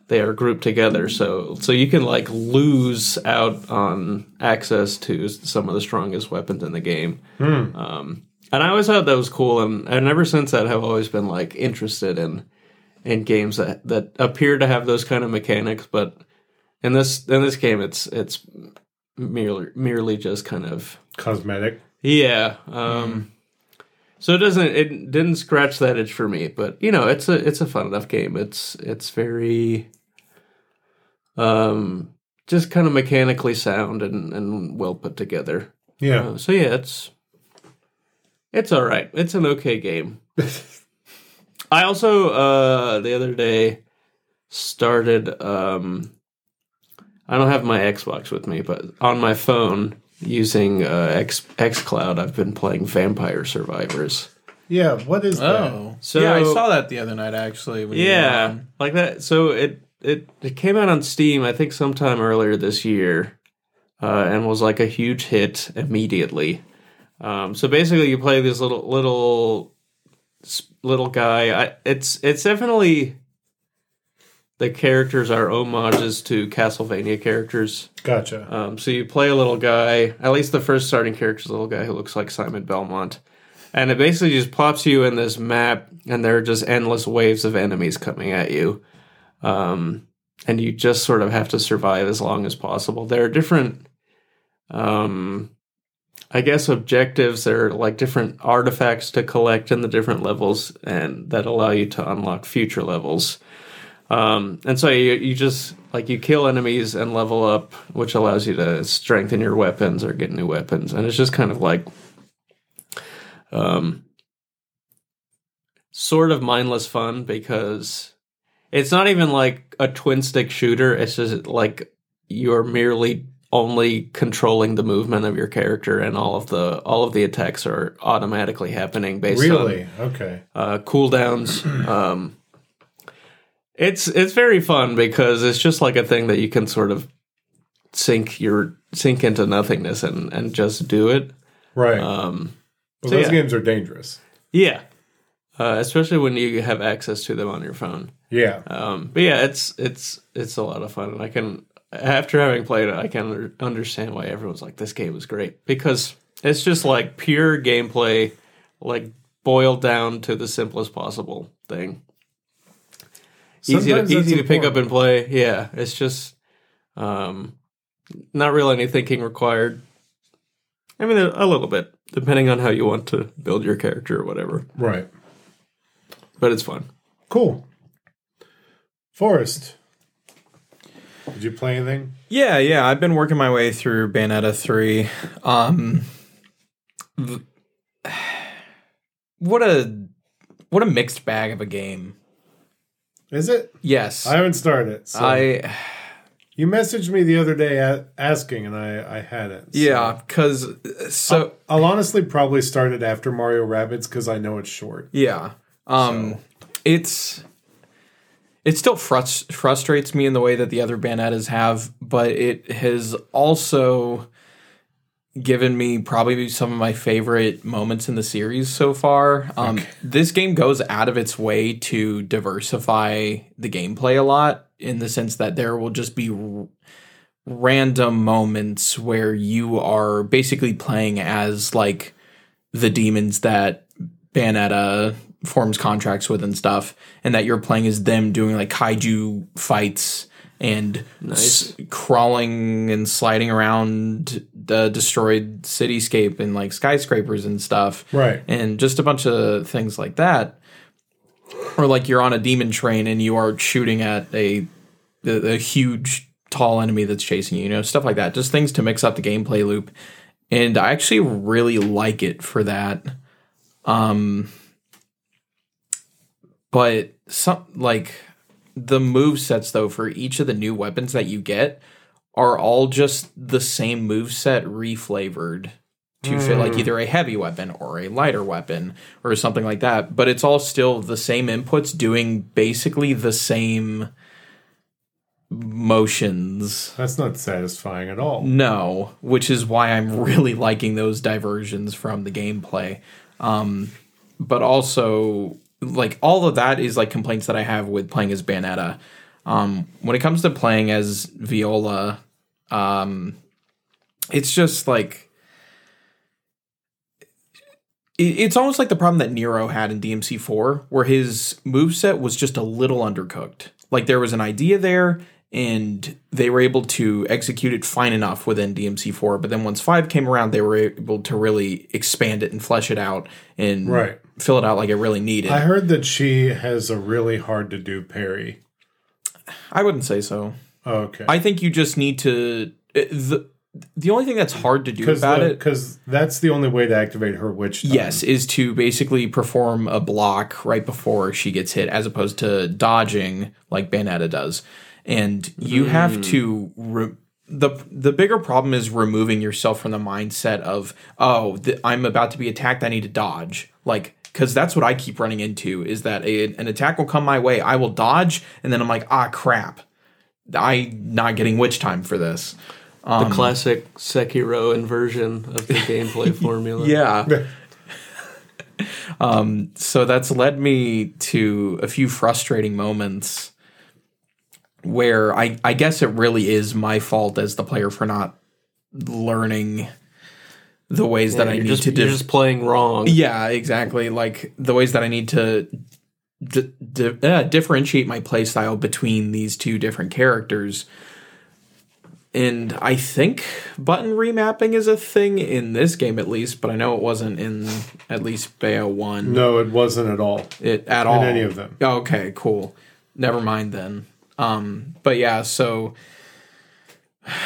S4: they are grouped together so so you can like lose out on access to some of the strongest weapons in the game um, and I always thought that was cool, and, and ever since that, I've always been like interested in in games that, that appear to have those kind of mechanics. But in this in this game, it's it's merely merely just kind of
S1: Cosmetic.
S4: yeah. Um, So it doesn't it didn't scratch that itch for me, but you know it's a it's a fun enough game. It's it's very um just kind of mechanically sound and and well put together.
S1: Yeah.
S4: Uh, so yeah, it's it's all right. It's an okay game. I also uh, the other day started. Um, I don't have my Xbox with me, but on my phone using uh, X XCloud, I've been playing Vampire Survivors.
S1: yeah. What is that?
S2: Oh,
S4: So-
S2: yeah, I saw that the other night actually. when you were
S4: Yeah,
S2: on.
S4: like that. So it it it came out on Steam, I think, sometime earlier this year, uh, and was like a huge hit immediately. Um, so basically, you play this little little s- little guy. I, it's it's definitely the characters are homages to Castlevania characters.
S1: Gotcha.
S4: Um, so you play a little guy. At least the first starting character is a little guy who looks like Simon Belmont, and it basically just plops you in this map, and there are just endless waves of enemies coming at you, um, and you just sort of have to survive as long as possible. There are different, um, I guess, objectives. There are like different artifacts to collect in the different levels, and that allow you to unlock future levels. Um, and so you, you just like you kill enemies and level up, which allows you to strengthen your weapons or get new weapons. And it's just kind of like, um, sort of mindless fun because it's not even like a twin stick shooter. It's just like you're merely only controlling the movement of your character, and all of the all of the attacks are automatically happening based on
S1: really? Okay.
S4: uh, cooldowns. Um, it's it's very fun because it's just like a thing that you can sort of sink your sink into nothingness and and just do it.
S1: Right.
S4: Um,
S1: Well,
S4: so
S1: those
S4: yeah.
S1: games are dangerous.
S4: yeah, uh, especially when you have access to them on your phone.
S1: Yeah.
S4: Um, but yeah, it's it's it's a lot of fun, and I can after having played it, I can under- understand why everyone's like this game is great because it's just like pure gameplay, like boiled down to the simplest possible thing. easy to,
S1: Sometimes that's
S4: easy to pick
S1: important.
S4: up and play. Yeah, it's just um, not really any thinking required. I mean, a little bit depending on how you want to build your character or whatever,
S1: Right.
S4: but it's fun.
S1: Cool. Forrest. Did you play anything?
S2: Yeah, yeah. I've been working my way through Bayonetta three. Um, th- [sighs] what a what a mixed bag of a game.
S1: Is it?
S2: Yes,
S1: I haven't started it. So.
S2: I
S1: you messaged me the other day a- asking, and I, I had it. so-
S2: yeah, because so
S1: I'll honestly probably start it after Mario Rabbids because I know it's short.
S2: Yeah. Um it's Um, it still frus- frustrates me in the way that the other Banettas have, but it has also given me probably some of my favorite moments in the series so far. Um, This game goes out of its way to diversify the gameplay a lot in the sense that there will just be r- random moments where you are basically playing as like the demons that Bayonetta forms contracts with and stuff, and that you're playing as them doing like kaiju fights and
S4: Nice.
S2: s- crawling and sliding around the destroyed cityscape and like skyscrapers and stuff,
S1: Right.
S2: And just a bunch of things like that, or like you're on a demon train and you are shooting at a a, a huge tall enemy that's chasing you, you know, stuff like that. Just things to mix up the gameplay loop. And I actually really like it for that. Um but some like the move sets though for each of the new weapons that you get are all just the same move set reflavored to fit like either a heavy weapon or a lighter weapon or something like that but it's all still the same inputs doing basically the same motions
S1: That's not satisfying at
S2: Mm.
S1: all.
S2: no, which is why I'm [laughs] really liking those diversions from the gameplay. Um, but also, like all of that is like complaints that I have with playing as Bayonetta. Um, when it comes to playing as Viola, um, it's just like it- it's almost like the problem that Nero had in DMC4, where his moveset was just a little undercooked. Like there was an idea there, and they were able to execute it fine enough within DMC4. But then once 5 came around, they were able to really expand it and flesh it out and
S1: Right.
S2: fill it out like it really needed.
S1: I heard that she has a really hard to do parry.
S2: I wouldn't say so.
S1: Okay.
S2: I think you just need to. it- The, the only thing that's hard to do about it
S1: Because that's the only way to activate her witch. time.
S2: Yes, is to basically perform a block right before she gets hit, as opposed to dodging like Bayonetta does. And you have to re- the the bigger problem is removing yourself from the mindset of oh th- I'm about to be attacked, I need to dodge. Like because that's what I keep running into is that a, an attack will come my way, I will dodge, and then I'm like ah crap, I not getting witch time for this.
S4: The
S1: Um,
S4: classic Sekiro inversion of
S1: [laughs]
S4: the gameplay formula.
S2: Yeah. [laughs] um, so that's led me to a few frustrating moments where I, I guess it really is my fault as the player for not learning the ways that I
S4: you're
S2: need
S4: just,
S2: to do.
S4: you're just playing wrong.
S2: yeah, exactly. Like the ways that I need to d- di- uh, differentiate my playstyle between these two different characters. And I think button remapping is a thing in this game at least, but I know it wasn't in at least Bayo 1
S1: No, it wasn't at all.
S2: it at all.
S1: any of them.
S2: Okay, cool. Never mind then. Um, but yeah, so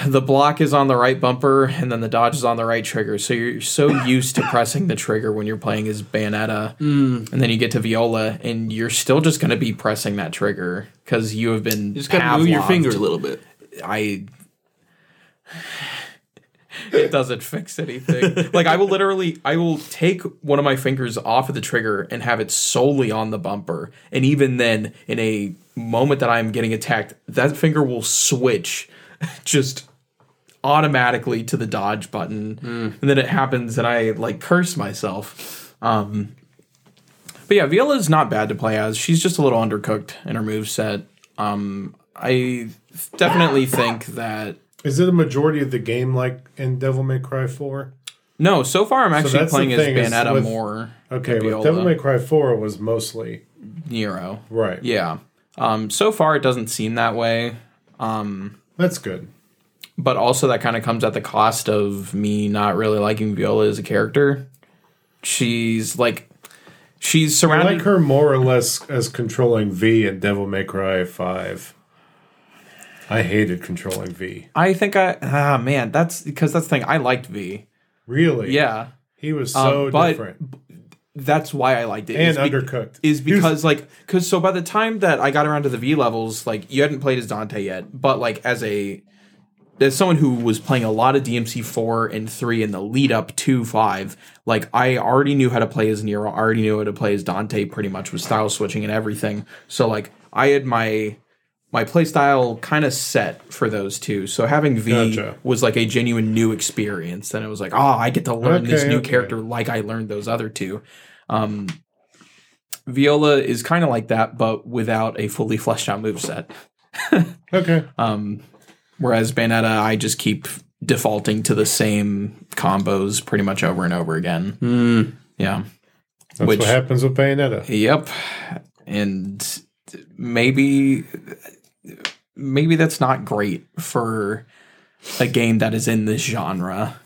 S2: the block is on the right bumper and then the dodge is on the right trigger. So you're so used to pressing the trigger when you're playing as Bayonetta. Mm. And then you get to Viola and you're still just going to be pressing that trigger because you have been.
S4: You just gotta move your
S2: Pavloved.
S4: finger a little bit.
S2: I it doesn't fix anything. like I will literally I will take one of my fingers off of the trigger and have it solely on the bumper. And even then in a moment that I'm getting attacked, that finger will switch just automatically to the dodge button. And then it happens and I like curse myself. Um but yeah, Viola's not bad to play as. She's just a little undercooked in her moveset. Um I definitely think that
S1: Is it a majority of the game like in Devil May Cry 4?
S2: no, so far I'm actually
S1: that's the
S2: playing as
S1: thing is
S2: Bayonetta
S1: with-
S2: more.
S1: Okay,
S2: than
S1: with
S2: Viola.
S1: Devil May Cry 4 it was mostly.
S2: Nero.
S1: Right.
S2: Yeah. Um, so far, it doesn't seem that way,
S1: That's good.
S2: but also that kind of comes at the cost of me not really liking Viola as a character. She's like, she's
S1: I
S2: surrounded.
S1: like her more or less as controlling V in Devil May Cry 5. I hated controlling V.
S2: I think I ah man, that's because that's the thing. I liked V.
S1: Really?
S2: Yeah,
S1: He was so
S2: Um, but-
S1: different.
S2: that's why I liked it.
S1: And
S2: is be-
S1: undercooked.
S2: is
S1: He was-
S2: because like because so by the time that I got around to the V levels, like you hadn't played as Dante yet, but like as a as someone who was playing a lot of DMC four and three in the lead up to five, like I already knew how to play as Nero, I already knew how to play as Dante, pretty much with style switching and everything. So like I had my my playstyle kind of set for those two. So having V
S1: Gotcha.
S2: was like a genuine new experience. And it was like, oh, I get to learn this
S1: Okay,
S2: new
S1: okay.
S2: character like I learned those other two. Um, Viola is kind of like that, but without a fully fleshed out moveset.
S1: Okay.
S2: Um, whereas Bayonetta, I just keep defaulting to the same combos pretty much over and over again. Yeah.
S1: Hmm. That's
S2: which-
S1: what happens with Bayonetta.
S2: Yep. And maybe maybe that's not great for a game that is in this genre.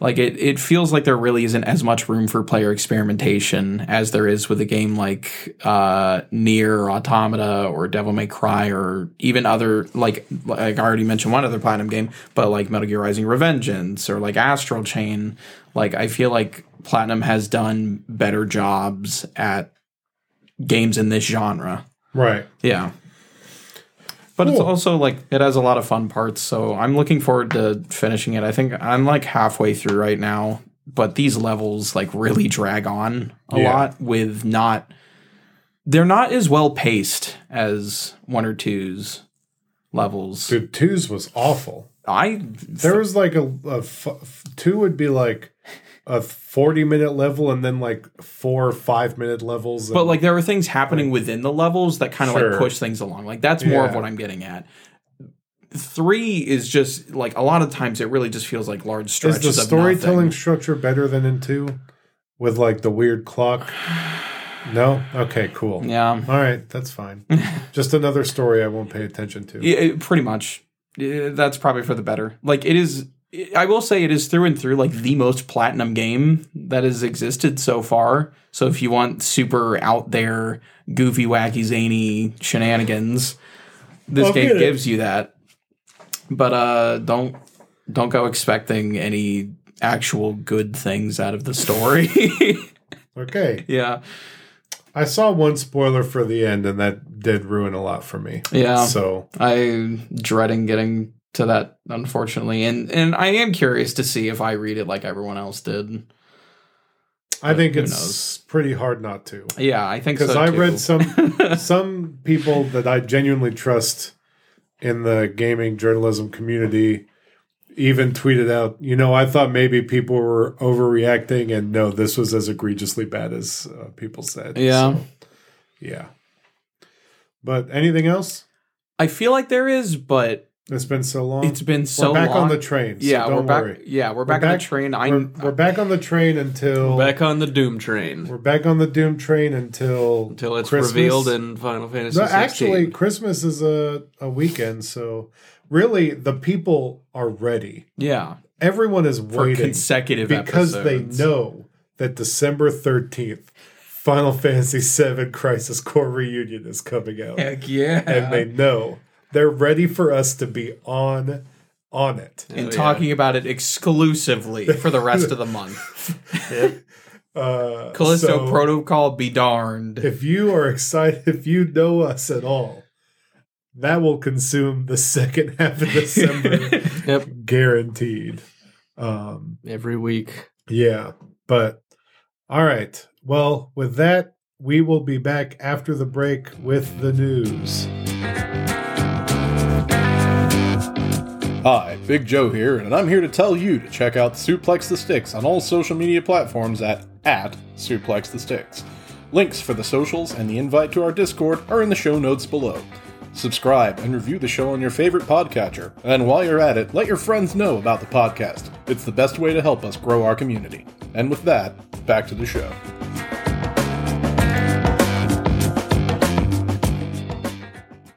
S2: Like it it feels like there really isn't as much room for player experimentation as there is with a game like uh Near or Automata or Devil May Cry or even other like like I already mentioned one other Platinum game, but like Metal Gear Rising Revengeance or like Astral Chain. Like I feel like Platinum has done better jobs at games in this genre.
S1: Right.
S2: Yeah. But it's
S1: Cool.
S2: also like it has a lot of fun parts, so I'm looking forward to finishing it. I think I'm like halfway through right now, but these levels like really drag on a
S1: Yeah.
S2: lot with not they're not as well paced as one or twos levels.
S1: Dude, twos was awful.
S2: I
S1: There was like a, a f- f- two would be like a forty minute level, and then like four five minute levels.
S2: but
S1: and-
S2: like there were things happening within the levels that kind of
S1: Sure.
S2: like push things along like that's more of
S1: Yeah.
S2: what i'm getting at three is just like a lot of times it really just feels like large
S1: is
S2: stretches
S1: the
S2: of
S1: storytelling
S2: nothing.
S1: structure better than in two, with like the weird clock? No. Okay. Cool.
S2: yeah
S1: All right, that's
S2: [laughs]
S1: fine. Just another story I won't pay attention to.
S2: Yeah, it- pretty much Yeah, that's probably for the better like it is i will say it is through and through like the most platinum game that has existed so far so if you want super out there goofy wacky zany shenanigans this
S1: I'll get
S2: game
S1: it.
S2: gives you that but uh don't don't go expecting any actual good things out of the story [laughs]
S1: Okay.
S2: yeah
S1: I saw one spoiler for the end, and that did ruin a lot for me.
S2: yeah
S1: So,
S2: I'm dreading getting to that, unfortunately, and and I am curious to see if I read it like everyone else did.
S1: I think
S2: who
S1: it's
S2: knows?
S1: pretty hard not to.
S2: Yeah, I think
S1: Because
S2: so.
S1: I
S2: too.
S1: read some
S2: [laughs]
S1: some people that I genuinely trust in the gaming journalism community even tweeted out, you know, I thought maybe people were overreacting, and no, this was as egregiously bad as uh, people said.
S2: Yeah.
S1: So, yeah. But anything else?
S2: I feel like there is, but
S1: It's been so long.
S2: it's been so
S1: we're back
S2: long.
S1: on the train. So
S2: yeah,
S1: don't
S2: we're back.
S1: worry.
S2: Yeah, we're back, on
S1: back-
S2: the train.
S1: We're,
S2: I'm.
S1: we're back on the train until
S4: Back on the Doom train
S1: we're back on the Doom train until
S4: until it's
S1: Christmas.
S4: revealed in Final Fantasy.
S1: No,
S4: 16.
S1: actually, Christmas is a, a weekend, so really the people are ready.
S2: yeah,
S1: Everyone is
S2: for
S1: waiting
S2: consecutive
S1: because
S2: episodes.
S1: they know that December thirteenth, Final Fantasy VII Crisis Core reunion is coming out,
S2: [laughs] Heck yeah.
S1: and they know they're ready for us to be on on it.
S2: and
S4: Oh, yeah.
S2: talking about it exclusively for the rest of the month.
S1: [laughs]
S2: [laughs]
S1: Uh,
S2: Callisto
S1: so-
S2: Protocol be darned.
S1: if you are excited, [laughs] if you know us at all, that will consume the second [laughs] half of December,
S4: Yep.
S1: guaranteed. Um,
S4: Every week.
S1: yeah, but all right. Well, with that, we will be back after the break with the news.
S5: Hi, Big Joe here, and I'm here to tell you to check out Suplex the Sticks on all social media platforms at, at Suplex the Sticks. Links for the socials and the invite to our Discord are in the show notes below. Subscribe and review the show on your favorite podcatcher, and while you're at it, let your friends know about the podcast. It's the best way to help us grow our community. And with that, back to the show.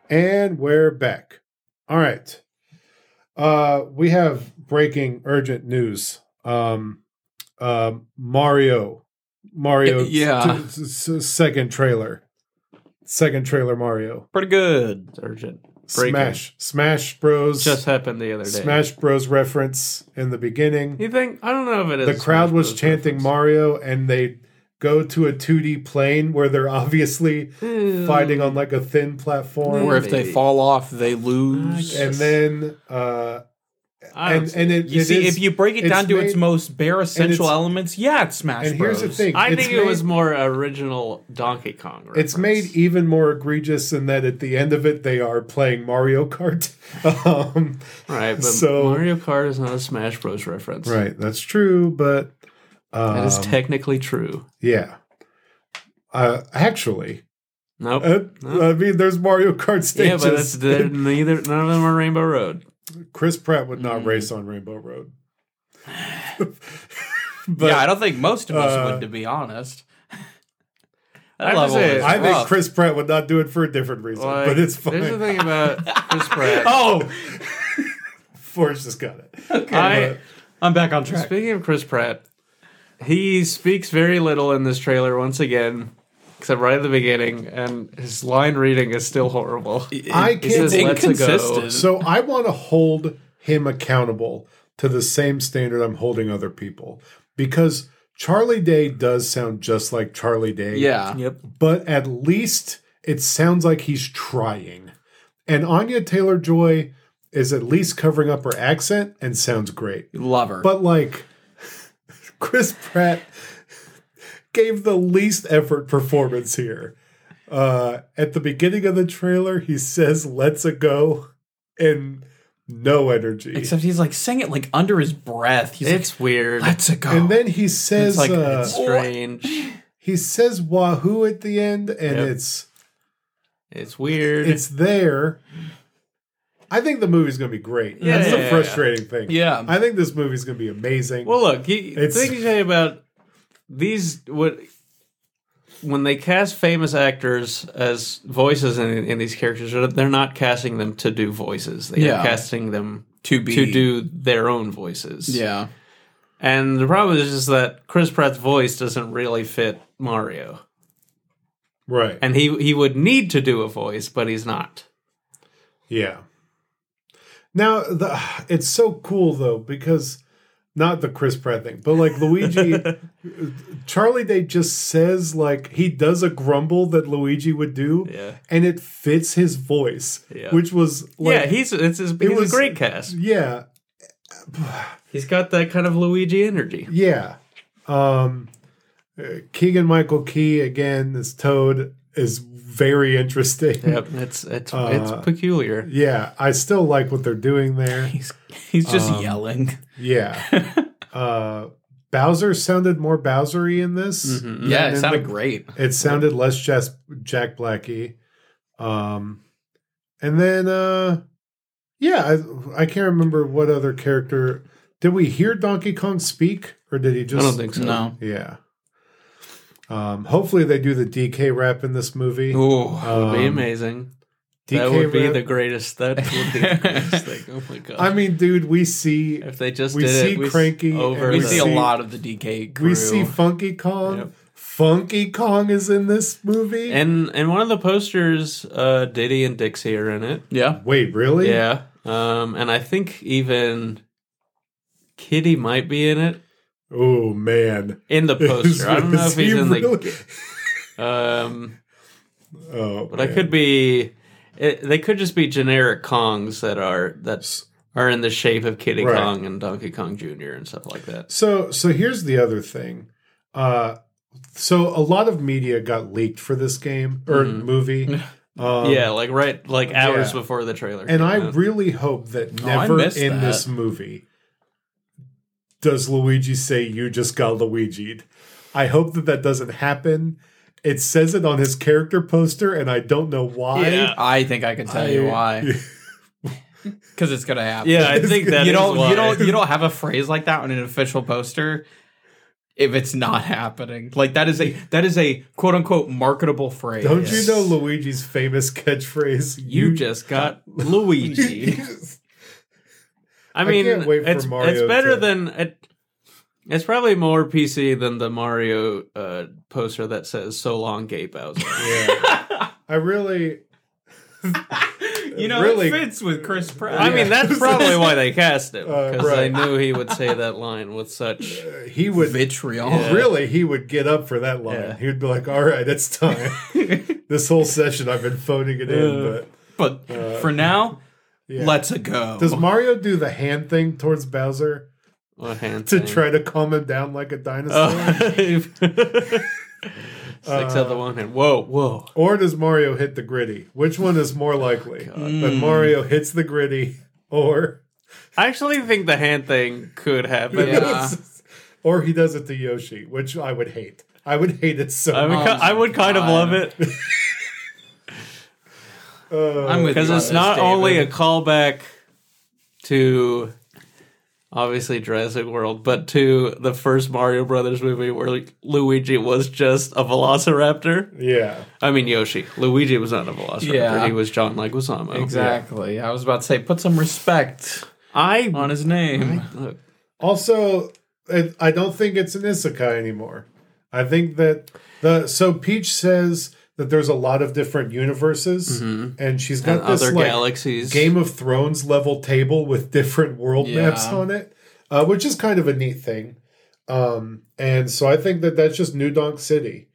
S1: And we're back. All right. Uh, we have breaking urgent news. Um, uh, Mario,
S4: [laughs]
S1: Mario,
S2: Yeah.
S1: second trailer, second trailer Mario,
S2: Pretty good.
S4: It's urgent. Breaking.
S1: Smash, Smash Bros,
S4: Just happened the other day.
S1: Smash Bros reference in the beginning.
S4: You think? I don't know if it is.
S1: The
S4: a
S1: crowd
S4: Smash
S1: was
S4: Bros.
S1: chanting
S4: reference.
S1: Mario, and they go to a 2D plane where they're [laughs] obviously
S4: uh,
S1: fighting on like a thin platform.
S2: Or if they
S3: Maybe.
S2: fall off, they lose.
S1: and then uh
S4: I don't
S1: and and it,
S2: You
S1: it
S2: see,
S1: is-
S2: if you break it
S1: it's
S2: down to its
S1: made-
S2: most bare essential
S1: it's-
S2: elements, yeah, it's Smash
S1: and here's the
S2: Bros.
S1: thing
S4: I
S1: it's
S4: think it
S1: made-
S4: was more original Donkey Kong.
S1: it's made e
S4: reference.
S1: even more egregious in that at the end of it they are playing Mario Kart. [laughs] um,
S4: right, but
S1: so-
S4: Mario Kart is not a Smash Bros. reference.
S1: right, that's true, but
S4: that is
S1: um,
S4: technically true.
S1: yeah. Uh, actually,
S4: Nope.
S1: uh, I mean, there's Mario Kart
S4: yeah,
S1: stages.
S4: but that's, they're neither none of them are Rainbow Road.
S1: [laughs] Chris Pratt would not race on Rainbow Road. but
S2: yeah, I don't think most of us
S1: uh,
S2: would, to be honest. That
S4: I'm just
S2: level
S4: saying-
S2: is
S1: I think
S2: rough.
S1: Chris Pratt would not do it for a different reason,
S4: Like,
S1: but it's
S4: There's the
S1: fine.
S4: thing about Chris Pratt.
S1: Oh, Forrest just got it.
S4: I,
S2: I'm back on track.
S4: Speaking of Chris Pratt, he speaks very little in this trailer once again, except right at the beginning, and his line reading is still horrible.
S1: I can't.
S4: says,
S1: believe-
S4: "Let's go."
S2: inconsistent.
S1: So I want to hold him accountable to the same standard I'm holding other people because Charlie Day does sound just like Charlie Day.
S2: Yeah.
S4: Yep.
S1: But at least it sounds like he's trying. And Anya Taylor Joy is at least covering up her accent and sounds great.
S2: Love her.
S1: But like Chris Pratt gave the least effort performance here. Uh, at the beginning of the trailer, he says "Let's a go" and no energy.
S2: Except he's like saying it like under his breath. He's
S4: It's weird.
S2: like, let's go.
S1: and then he says
S2: It's like-
S1: uh,
S2: it's-
S4: Strange.
S1: he says "Wahoo" at the end, and
S4: Yep.
S1: it's
S4: It's weird.
S1: it's there. I think the movie's gonna be great.
S4: Yeah,
S1: That's
S4: yeah,
S1: the
S4: yeah,
S1: frustrating thing.
S2: Yeah.
S1: I think this movie's gonna be amazing.
S4: well, look. You, the
S1: It's-
S4: thing you say about these what when they cast famous actors as voices in, in these characters, they're- they're not casting them to do voices. They
S2: Yeah.
S4: are casting them
S2: to be
S4: to do their own voices.
S2: Yeah.
S4: And the problem is just that Chris Pratt's voice doesn't really fit Mario.
S1: right?
S4: And he he would need to do a voice, but he's not.
S1: Yeah. Now the [sighs] it's so cool though because not the Chris Pratt thing, but like
S4: [laughs]
S1: Luigi, Charlie Day just says like he does a grumble that Luigi would do,
S4: Yeah.
S1: and it fits his voice,
S4: Yeah.
S1: which was
S4: yeah,
S1: like
S4: he's it's his, he's
S1: was-
S4: a great cast.
S1: yeah,
S4: He's got that kind of Luigi energy.
S1: yeah. Um, Keegan Michael Key again as Toad is very interesting.
S4: Yep, it's it's it's peculiar.
S1: [laughs] Yeah, I still like what they're doing there.
S2: He's he's just
S1: Um,
S2: yelling.
S1: Yeah.
S4: [laughs]
S1: uh, Bowser sounded more Bowsery in this.
S4: Mm-hmm.
S2: Yeah,
S1: and then
S2: it sounded
S1: the-
S2: great.
S1: It sounded less just Jack Blackie. Um, and then, uh, yeah, I, I can't remember what other character. Did we hear Donkey Kong speak, or did he just?
S4: I don't think so.
S2: No.
S1: Yeah. Um, hopefully they do the DK rap in this movie.
S2: Ooh. [laughs]
S4: That would
S1: Um,
S4: be amazing.
S1: DK
S4: that would be
S1: rap-
S4: the greatest. That would
S1: [laughs]
S4: be the greatest thing. Oh my god!
S1: I mean, dude, we see
S4: if they just
S1: we
S4: did
S1: see
S4: it, we s-
S1: Cranky
S4: over.
S1: and
S2: we
S4: the-
S2: see a
S1: see-
S2: lot of the DK crew.
S1: we see Funky Kong.
S4: Yep.
S1: Funky Kong is in this movie.
S4: and and one of the posters, uh, Diddy and Dixie are in it.
S2: yeah.
S1: Wait, really?
S4: Yeah. Um, and I think even Kitty might be in it
S1: Oh man.
S4: in
S1: [laughs]
S4: the poster. I don't know
S1: Is
S4: if he's
S1: he
S4: in
S1: really-
S4: the. Um,
S1: Oh,
S4: but I could be. It, they could just be generic Kongs that are that are in the shape of Kitty
S1: Right.
S4: Kong and Donkey Kong Jr. and stuff like that.
S1: So, so here's the other thing. Uh, so a lot of media got leaked for this game or
S4: Mm-hmm.
S1: movie.
S4: [laughs]
S1: Um,
S4: yeah, like right, like hours
S1: yeah.
S4: before the trailer.
S1: And
S4: came
S1: I
S4: out.
S1: really hope that
S2: Oh, I
S1: never
S2: missed
S1: in
S2: that.
S1: this movie does Luigi say, You just got Luigi'd. I hope that that doesn't happen. It says it on his character poster, and I don't know why.
S4: Yeah.
S2: I think I can tell you why.
S1: [laughs]
S2: [laughs] Because it's gonna happen.
S4: yeah, I think that
S2: you
S4: is
S2: don't
S4: why.
S2: you don't you don't have a phrase like that on an official poster if it's not happening. Like that is a that is a quote unquote marketable phrase.
S1: Don't you know Luigi's famous catchphrase? [laughs]
S4: You, just got Luigi. I mean,
S1: can't wait for
S4: it's,
S1: Mario
S4: it's better
S1: to-
S4: than it, it's probably more PC than the Mario uh, poster that says "So long, Gay Bowser."
S1: [laughs] Yeah. I really
S2: You know,
S1: Really-
S2: it fits with Chris Pratt.
S4: I mean, that's probably why they cast him because
S1: right.
S4: they knew he would say that line with such.
S1: He would
S2: vitriol.
S1: Oh, really he would get up for that line.
S4: Yeah.
S1: He would be like, "All right, it's
S4: [laughs]
S1: time." this whole session, I've been phoning it in. But
S2: But for now, let's go.
S1: Uh, does Mario do the hand thing towards Bowser
S4: What hand
S1: to
S4: thing. [laughs]
S1: try to calm him down like a dinosaur,
S4: Oh. Sticks out the one hand. Whoa, whoa.
S1: or does Mario hit the gritty? Which one is more likely?
S4: Hmm.
S1: That Mario hits the gritty, or [laughs]
S4: I actually think the hand thing could happen.
S2: Yeah.
S1: or he does it to Yoshi, which I would hate. I would hate it so.
S4: I would,
S1: much.
S4: ki- I would kind of
S2: God.
S4: love it
S1: Uh,
S2: I'm with
S4: because
S2: you on
S4: it's
S2: this,
S4: not
S2: David.
S4: only a callback to obviously Jurassic World, but to the first Mario Brothers movie where like, Luigi was just a Velociraptor.
S1: Yeah.
S4: I mean Yoshi. Luigi was not a Velociraptor.
S2: Yeah.
S4: He was John Leguizamo.
S2: exactly. I was about to say, put some respect
S4: I
S2: on his name.
S4: look,
S1: Also, it, I don't think it's an isekai anymore. I think that the so Peach says that there's a lot of different universes, and she's got this
S4: Mm-hmm. other
S1: like
S4: galaxies.
S1: Game of Thrones level table with different world
S2: Yeah.
S1: maps on it, uh, which is kind of a neat thing. Um, and so I think that that's just New Donk City.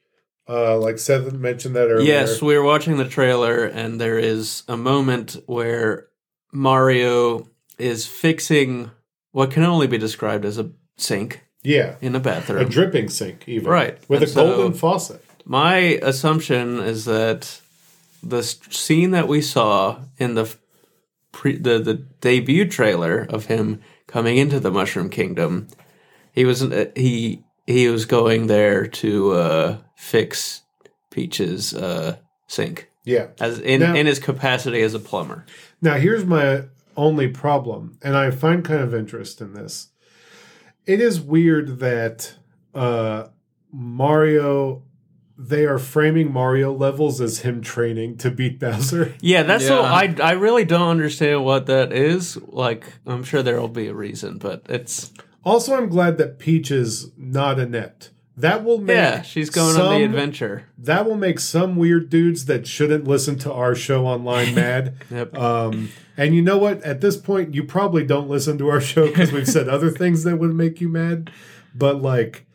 S1: Uh, like Seth mentioned that earlier.
S4: Yes, we were watching the trailer, and there is a moment where Mario is fixing what can only be described as a sink
S1: Yeah.
S4: in a
S1: A
S4: bathroom.
S1: dripping sink, even.
S4: Right.
S1: With
S4: And
S1: a
S4: so-
S1: golden faucet.
S4: My assumption is that the s- scene that we saw in the f- pre- the, the debut trailer of him coming into the Mushroom Kingdom, he was uh, he he was going there to uh, fix Peach's uh, sink
S1: Yeah.
S4: as in,
S1: Now-
S4: in his capacity as a plumber.
S1: Now, here's my only problem, and I find kind of interest in this. It is weird that uh, Mario, they are framing Mario levels as him training to beat Bowser. [laughs]
S4: Yeah, that's
S2: Yeah.
S4: so I I really don't understand what that is. Like, I'm sure there will be a reason, but it's
S1: Also, I'm glad that Peach is not inept. That will make
S4: yeah, she's going on
S1: some-
S4: the adventure.
S1: That will make some weird dudes that shouldn't listen to our show online [laughs] mad.
S4: Yep.
S1: Um, and you know what? At this point, you probably don't listen to our show because we've said
S2: [laughs]
S1: other things that would make you mad. But like,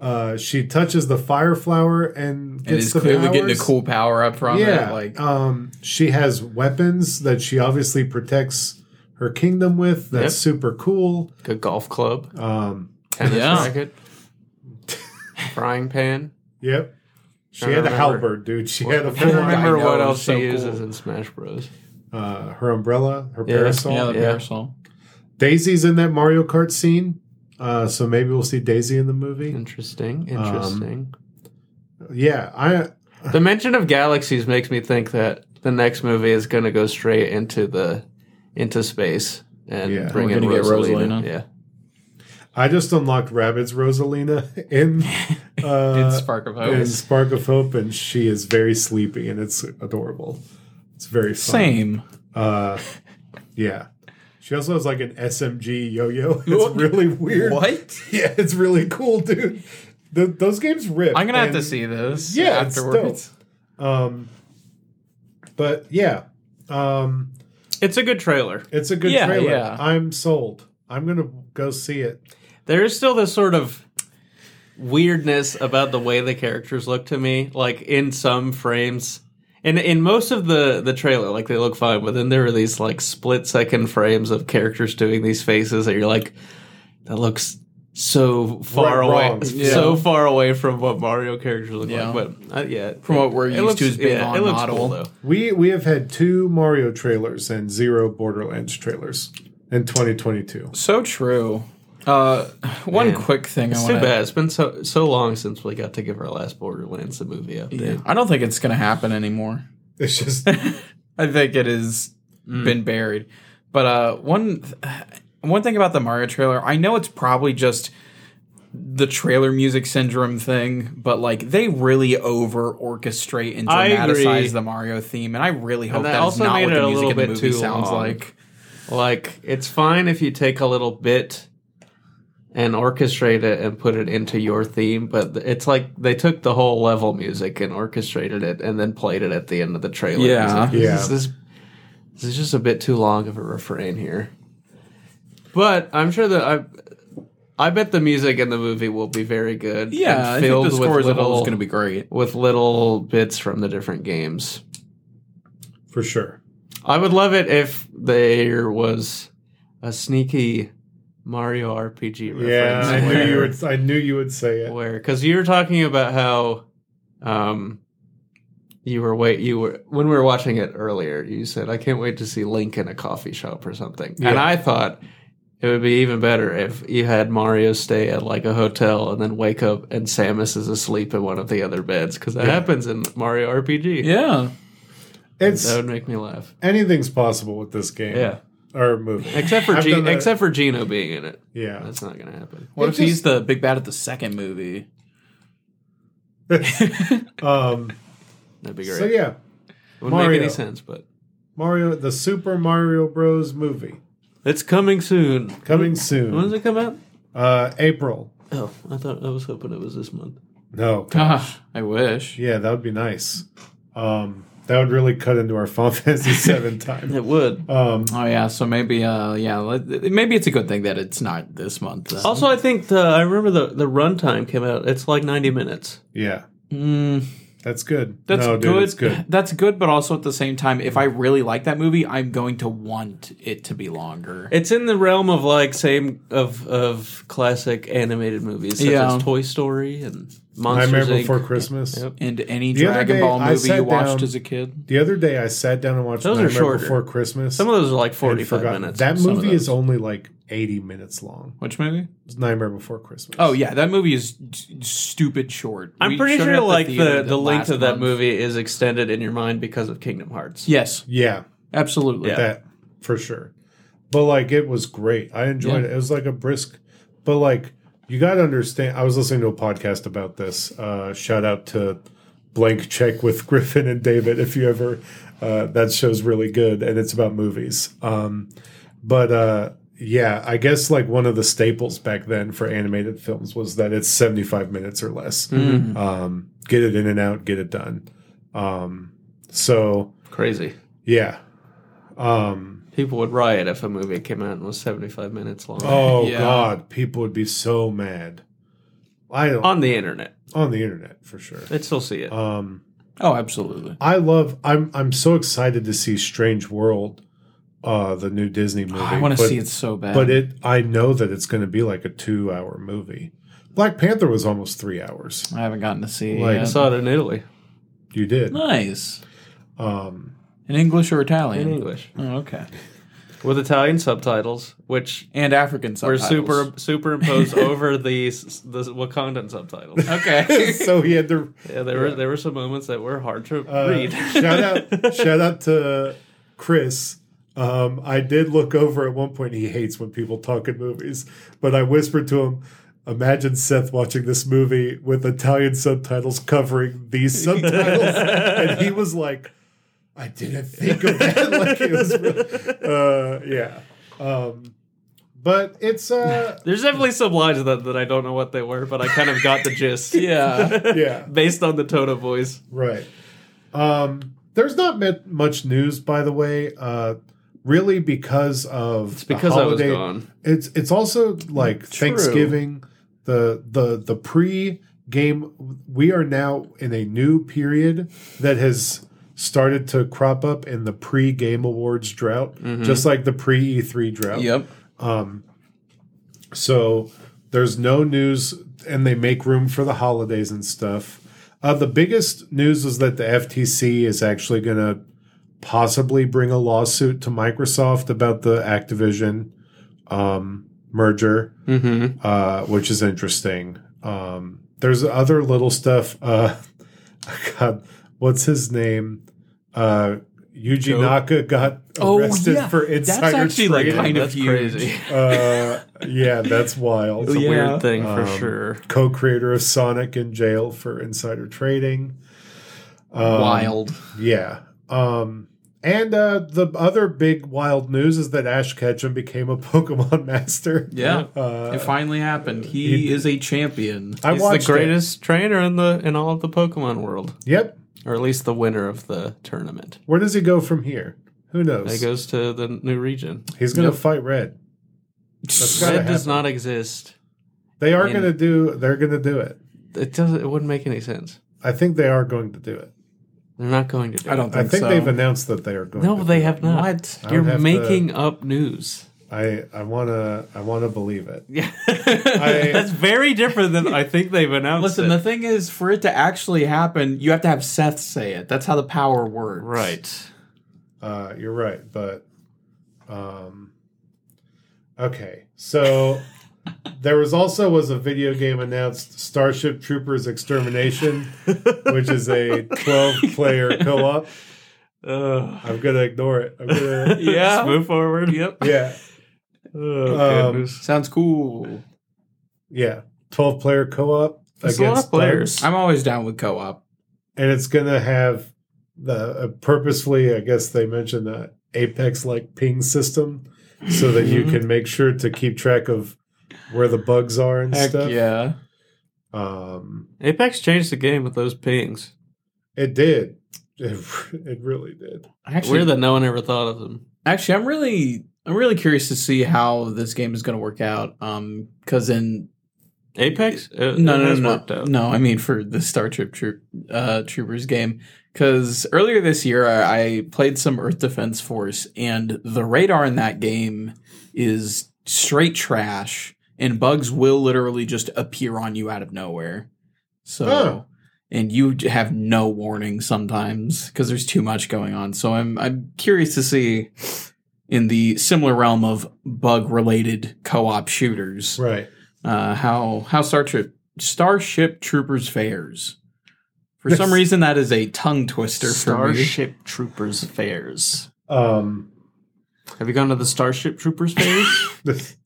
S1: uh, she touches the fire flower and gets
S2: And he's
S1: the
S2: clearly
S1: powers.
S2: getting a cool power up from
S1: Yeah,
S2: it. Like,
S1: um, she has weapons that she obviously protects her kingdom with. That's
S4: Yep.
S1: super cool.
S4: Good golf club,
S1: Um,
S4: tennis
S2: Yeah.
S4: racket, [laughs] frying pan.
S1: Yep. She
S4: I
S1: had a
S4: remember.
S1: halberd, dude. She had a
S4: I
S1: full
S4: don't
S1: on
S4: remember
S2: know,
S4: what
S2: it's
S4: else
S2: so
S4: she uses
S2: cool.
S4: in Smash Bros.
S1: uh, her umbrella, her
S4: Yeah.
S1: parasol.
S2: yeah, the
S4: yeah.
S2: parasol.
S1: Daisy's in that Mario Kart scene. Uh, so maybe we'll see Daisy in the movie.
S4: Interesting,
S2: Um,
S4: interesting.
S1: Yeah, I
S4: the mention of galaxies makes me think that the next movie is going to go straight into the into space and
S1: Yeah.
S4: bring
S2: We're
S4: in
S2: gonna get
S4: Rosalina.
S2: Rosalina.
S4: Yeah.
S1: I just unlocked Rabbit's Rosalina
S2: [laughs]
S1: in uh,
S2: Did Spark of Hope.
S1: in Spark of Hope, and she is very sleepy, and it's adorable. It's very fun.
S2: Same.
S1: Uh, yeah. She also has like an SMG yo-yo. [laughs] It's really weird.
S2: What?
S1: [laughs] Yeah, it's really cool, dude. Th those games rip.
S2: I'm gonna have to
S1: and-
S2: see this.
S1: Yeah, it's
S2: afterwards.
S1: Um, but yeah, um,
S4: It's a good trailer.
S1: it's a good
S2: Yeah,
S1: trailer.
S2: yeah.
S1: I'm sold. I'm gonna go see it.
S4: There is still this sort of weirdness about the way the characters look to me. Like in some frames, and in most of the the trailer, like they look fine, but then there are these like split second frames of characters doing these faces that you're like, that looks so far
S1: Right,
S4: away,
S1: wrong.
S4: so far away from what Mario characters look
S2: Yeah.
S4: like. But uh, yeah,
S2: From what we're
S4: it
S2: used to as being on model.
S1: We we have had two Mario trailers and zero Borderlands trailers in 2022.
S2: So true. Uh, one
S4: Man.
S2: quick thing. I
S4: It's
S2: wanna,
S4: too bad. It's been so so long since we got to give our last Borderlands the movie update.
S2: I don't think it's gonna happen anymore.
S1: It's just
S2: I think it has been buried. But uh, one th- one thing about the Mario trailer, I know it's probably just the trailer music syndrome thing, but like they really over orchestrate and
S4: I agree.
S2: dramatize the Mario theme, and I really hope
S4: that
S2: that is
S4: also
S2: not
S4: made
S2: what
S4: it
S2: the
S4: a
S2: music
S4: little
S2: in the
S4: bit
S2: movie
S4: too
S2: sounds
S4: long.
S2: like.
S4: Like it's fine if you take a little bit and orchestrate it and put it into your theme, but it's like they took the whole level music and orchestrated it and then played it at the end of the trailer.
S2: Yeah.
S4: It's like, this
S1: Yeah.
S4: is- this- This is just a bit too long of a refrain here. But I'm sure that I I bet the music in the movie will be very good. and
S2: Yeah, I think the score as a whole is going to be great.
S4: with little bits from the different games.
S1: for sure.
S4: I would love it if there was a sneaky Mario RPG reference.
S1: Yeah, I [laughs] knew
S4: where-
S1: you would. I knew you would say it.
S4: where because you were talking about how um you were wait you were when we were watching it earlier you said i can't wait to see link in a coffee shop or something and i thought it would be even better if you had mario stay at like a hotel and then wake up and samus is asleep in one of the other beds because that happens in mario rpg
S2: Yeah,
S1: It's
S4: that would make me laugh
S1: anything's possible with this game.
S4: yeah
S1: or movie.
S4: except for
S1: I've done
S4: G-
S1: that-
S4: except for gino being in it
S1: yeah,
S4: that's not gonna happen
S2: what
S1: It
S2: if he's the big bad at the second movie?
S1: [laughs] um,
S4: that'd be great
S1: so yeah,
S4: wouldn't make
S1: Mario.
S4: any sense but
S1: Mario, the Super Mario Bros. movie
S4: it's coming soon
S1: coming
S4: when
S1: soon,
S4: does it come out
S1: uh, April.
S4: Oh, I thought I was hoping it was this month.
S1: No,
S2: Ah, I wish.
S1: yeah, that would be nice. Um, that would really cut into our Final [laughs] Fantasy VII time.
S4: It would.
S1: Um,
S2: Oh yeah, so maybe uh yeah, let- maybe it's a good thing that it's not this month. then.
S4: Also, I think the, I remember the the runtime came out. It's like ninety minutes.
S1: yeah,
S2: Mm,
S1: that's good.
S2: that's
S1: no,
S2: good.
S1: dude, it's good.
S2: [laughs] That's good, but also at the same time, if I really like that movie, I'm going to want it to be longer.
S4: It's in the realm of like same of of classic animated movies such
S2: Yeah.
S4: as Toy Story and Monsters
S1: Nightmare
S4: Inc.
S1: Before Christmas.
S4: Yep.
S2: and any
S1: The other
S2: Dragon
S1: day,
S2: Ball
S1: I
S2: movie
S1: sat
S2: you watched
S1: down-
S2: as a kid.
S1: The other day, I sat down and watched
S4: Those are
S1: Nightmare
S4: shorter.
S1: Before Christmas.
S4: Some of those are like
S1: and
S4: forty five
S1: forgotten.
S4: minutes.
S1: That
S4: Some of
S1: movie is
S4: those.
S1: only like eighty minutes long.
S2: Which movie?
S1: It's Nightmare Before Christmas.
S2: Oh yeah, that movie is st- stupid short.
S4: I'm
S2: We
S4: pretty
S2: showed it
S4: sure
S2: at the
S4: like
S2: theater
S4: the the length
S2: last
S4: of that
S2: month.
S4: movie is extended in your mind because of Kingdom Hearts.
S2: Yes,
S1: yeah.
S2: absolutely.
S4: Yeah.
S1: that for sure. But like it was great. I enjoyed
S2: Yeah.
S1: it. It was like a brisk, but like you got to understand. I was listening to a podcast about this. Uh, shout out to Blank Check with [laughs] Griffin and David. If you ever, uh, that show's really good, and it's about movies. Um, but uh, yeah, I guess like one of the staples back then for animated films was that it's seventy five minutes or less. Um, get it in and out, get it done. Um, so
S4: Crazy.
S1: yeah. Um,
S4: People would riot if a movie came out and was seventy five minutes long
S1: Oh
S2: Yeah.
S1: God, people would be so mad. I don't, on,
S4: on the internet.
S1: the internet for sure.
S4: I'd still see it.
S1: Um,
S2: Oh, absolutely.
S1: I love. I'm I'm so excited to see Strange World, uh, the new Disney movie.
S2: Oh, I want to
S1: but-
S2: see it so bad.
S1: but it. I know that it's going to be like a two hour movie. Black Panther was almost three hours.
S2: I haven't gotten to see it.
S1: Like-
S4: I
S2: yet.
S4: saw it in Italy
S1: You did.
S2: Nice.
S1: Um,
S2: In English or Italian?
S4: in English.
S2: Oh, okay.
S4: with Italian subtitles, which
S2: And African
S4: were
S2: subtitles.
S4: super
S1: [laughs]
S4: superimposed over the s- the Wakandan
S1: [laughs]
S4: subtitles.
S1: [laughs]
S2: Okay.
S1: so he had to
S4: Yeah, there were there were some moments that were hard to
S1: Uh,
S4: read. [laughs]
S1: shout out shout out to Chris. Um, I did look over at one point. He hates when people talk in movies, but I whispered to him, "Imagine Seth watching this movie with Italian subtitles covering these subtitles," and he was like, "I didn't think of that." [laughs] like it was, really, uh, yeah. Um, but it's uh,
S4: There's definitely some lines that, that I don't know what they were, but I kind of got the
S1: [laughs]
S4: gist.
S2: yeah.
S1: yeah.
S4: [laughs] Based on the tone of voice.
S1: Right. Um, there's not met much news, by the way. Uh, really, because of it's
S4: because I was gone.
S1: It's it's also like Thanksgiving, the the the pre game. We are now in a new period that has started to crop up in the pre game awards drought, just like the pre E3 drought. Um,
S2: Yep.
S1: So there's no news, and they make room for the holidays and stuff. Uh, the biggest news is that the FTC is actually going to possibly bring a lawsuit to Microsoft about the Activision um, merger,
S4: Mm-hmm.
S1: uh, which is interesting. Um, there's other little stuff. Uh, [laughs] God, what's his name? Uh, Yuji Naka got
S4: Oh,
S1: arrested for insider
S2: Oh, That's actually like
S1: trading.
S2: kind of
S4: That's
S2: huge.
S4: crazy.
S1: Uh, yeah, that's wild.
S4: It's a
S2: Yeah.
S4: weird thing for
S1: Um,
S4: sure.
S1: Co-creator of Sonic in jail for insider trading. Um,
S2: Wild.
S1: Yeah. Um, and uh, the other big wild news is that Ash Ketchum became a [laughs] Pokemon master.
S2: Yeah.
S1: Uh,
S2: it finally happened. He, is a champion.
S1: I
S4: He's the
S1: watched it.
S4: greatest trainer in the in all of the Pokemon world.
S1: Yep.
S4: Or at least the winner of the tournament.
S1: Where does he go from here? Who
S4: That
S1: knows?
S4: goes to the new region.
S1: He's going to fight Red. That's gotta
S4: Red does
S1: happen.
S4: not exist.
S1: They are
S4: mean-
S1: going to do. They're going to do it.
S4: It doesn't. It wouldn't make any sense.
S1: I think they are going to do it.
S4: They're not going to. Do
S2: I don't
S1: I
S2: think,
S1: think
S2: so.
S1: they've announced that they are
S4: It.
S1: going.
S4: No,
S1: to
S4: they
S1: do
S4: have not.
S1: I would
S4: You're
S1: have to-
S4: making up news.
S1: It. I I want to. I want to believe it.
S4: [laughs] Yeah, that's very different than I think they've announced.
S2: Listen,
S4: it.
S2: the thing is, for it to actually happen, you have to have Seth say it. That's how the power works.
S4: right.
S1: Uh, you're right, but um, okay.
S4: [laughs]
S1: So there was also was a video game announced, Starship Troopers Extermination, which is
S4: [laughs]
S1: a 12 player co-op.
S4: Ugh. [laughs]
S1: I'm gonna ignore it. I'm gonna,
S2: Yeah.
S4: Just move forward. Yep.
S1: yeah,
S4: Oh,
S1: Um,
S4: goodness.
S2: Sounds cool.
S1: yeah. 12 player co-op
S4: That's a lot of players.
S2: I'm always down with co-op.
S1: and it's gonna have the uh, purposefully. I guess they mentioned the Apex like ping system, so that
S4: Mm-hmm.
S1: you can make sure to keep track of where the bugs are and
S2: Heck
S1: stuff.
S2: yeah.
S1: Um,
S4: Apex changed the game with those pings.
S1: It did. It, [laughs] it really did.
S2: Actually,
S4: Weird that no one ever thought of them.
S2: actually, I'm really, I'm really curious to see how this game is going to work out. Um, because in
S4: Apex? Uh, it
S2: no, no,
S4: has
S2: no,
S4: worked
S2: no,
S4: out.
S2: no, I mean for the Star Trip Troop, uh, Troopers game. Because earlier this year, I, I played some Earth Defense Force, and the radar in that game is straight trash, and bugs will literally just appear on you out of nowhere. So.
S1: Oh.
S2: And you j- have no warning sometimes because there's too much going on. So I'm I'm curious to see in the similar realm of bug related co op shooters
S1: Right.
S2: uh, how how Star Trip Starship Troopers fares. For some reason, that is a tongue twister for me.
S3: Starship Troopers fairs.
S1: Um.
S3: Have you gone to the Starship Troopers
S4: [laughs]
S3: fairs?
S1: This,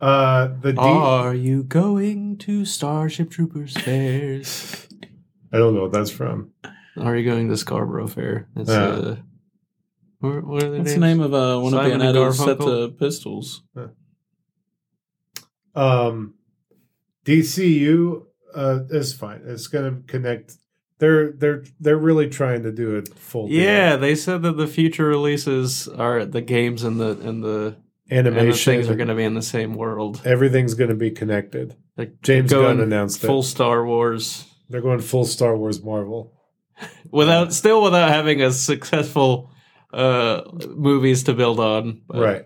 S1: uh. The D.
S3: Are you going to Starship Troopers fairs?
S1: I don't know what that's from.
S3: [laughs] Are you going to Scarborough Fair? That's
S1: Yeah.
S3: uh, where, what are their
S2: That's the
S3: names?
S2: name of uh, one
S3: Simon
S2: of
S3: and
S2: Bayonetta's set
S3: Garfunkel?
S2: to pistols.
S1: Um. DCU uh, is fine. It's gonna connect. They're they're they're really trying to do it full. deal.
S4: Yeah, they said that the future releases are the games and the and the, and the
S1: Animation.
S4: things are going to be in the same world.
S1: everything's gonna be connected.
S3: [laughs]
S4: Like
S1: James
S4: going
S1: Gunn announced
S4: full
S1: it.
S4: Star Wars
S1: They're going full Star Wars Marvel.
S4: without still without having a successful uh movies to build on. But
S1: right.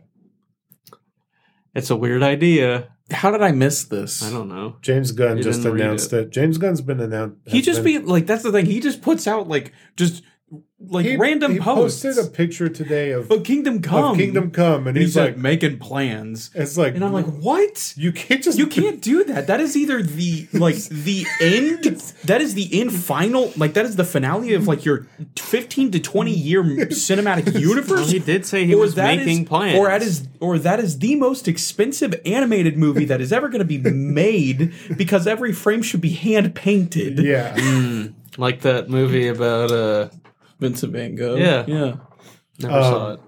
S4: It's a weird idea.
S2: How did I miss this?
S4: I don't know.
S1: James Gunn
S4: You
S1: just
S4: didn't read
S1: announced it. James Gunn's been announced.
S2: He just be like that's the thing. He just puts out like just like random
S1: he
S2: posts.
S1: posted a picture today of,
S2: but Kingdom Come,
S1: of Kingdom Come, and
S2: and he's,
S1: he's like,
S2: like making plans,
S1: It's like,
S2: and I'm like, what?
S1: you can't just
S2: You can't do that. That is either the
S4: [laughs]
S2: like the end. That is the end final. Like that is the finale of like your fifteen to twenty year
S4: [laughs]
S2: cinematic
S4: Well,
S2: universe.
S4: he did say he
S2: or
S4: was
S2: that
S4: making
S2: is-
S4: plans.
S2: Or that is or that is the most expensive animated movie that is ever going to be made because every frame should be hand
S1: [laughs]
S2: painted.
S1: Yeah,
S4: like that movie about uh
S2: Vincent Van Gogh.
S4: Yeah.
S2: yeah.
S4: never
S1: Um,
S4: saw it.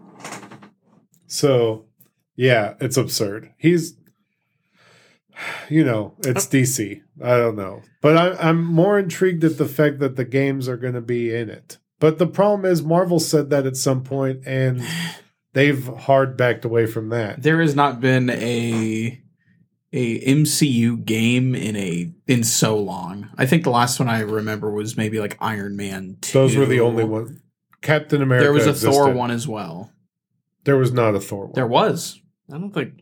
S1: so yeah, it's absurd. He's, you know, it's DC. I don't know, but I, I'm more intrigued at the fact that the games are going to be in it. But the problem is, Marvel said that at some point, and they've hard backed away from that.
S2: There has not been a a MCU game in a in so long. I think the last one I remember was maybe like Iron Man. 2.
S1: Those were the only ones. Captain America.
S2: There was a Thor
S1: existed.
S2: one as well.
S1: There was not a Thor one.
S2: There was.
S4: I don't think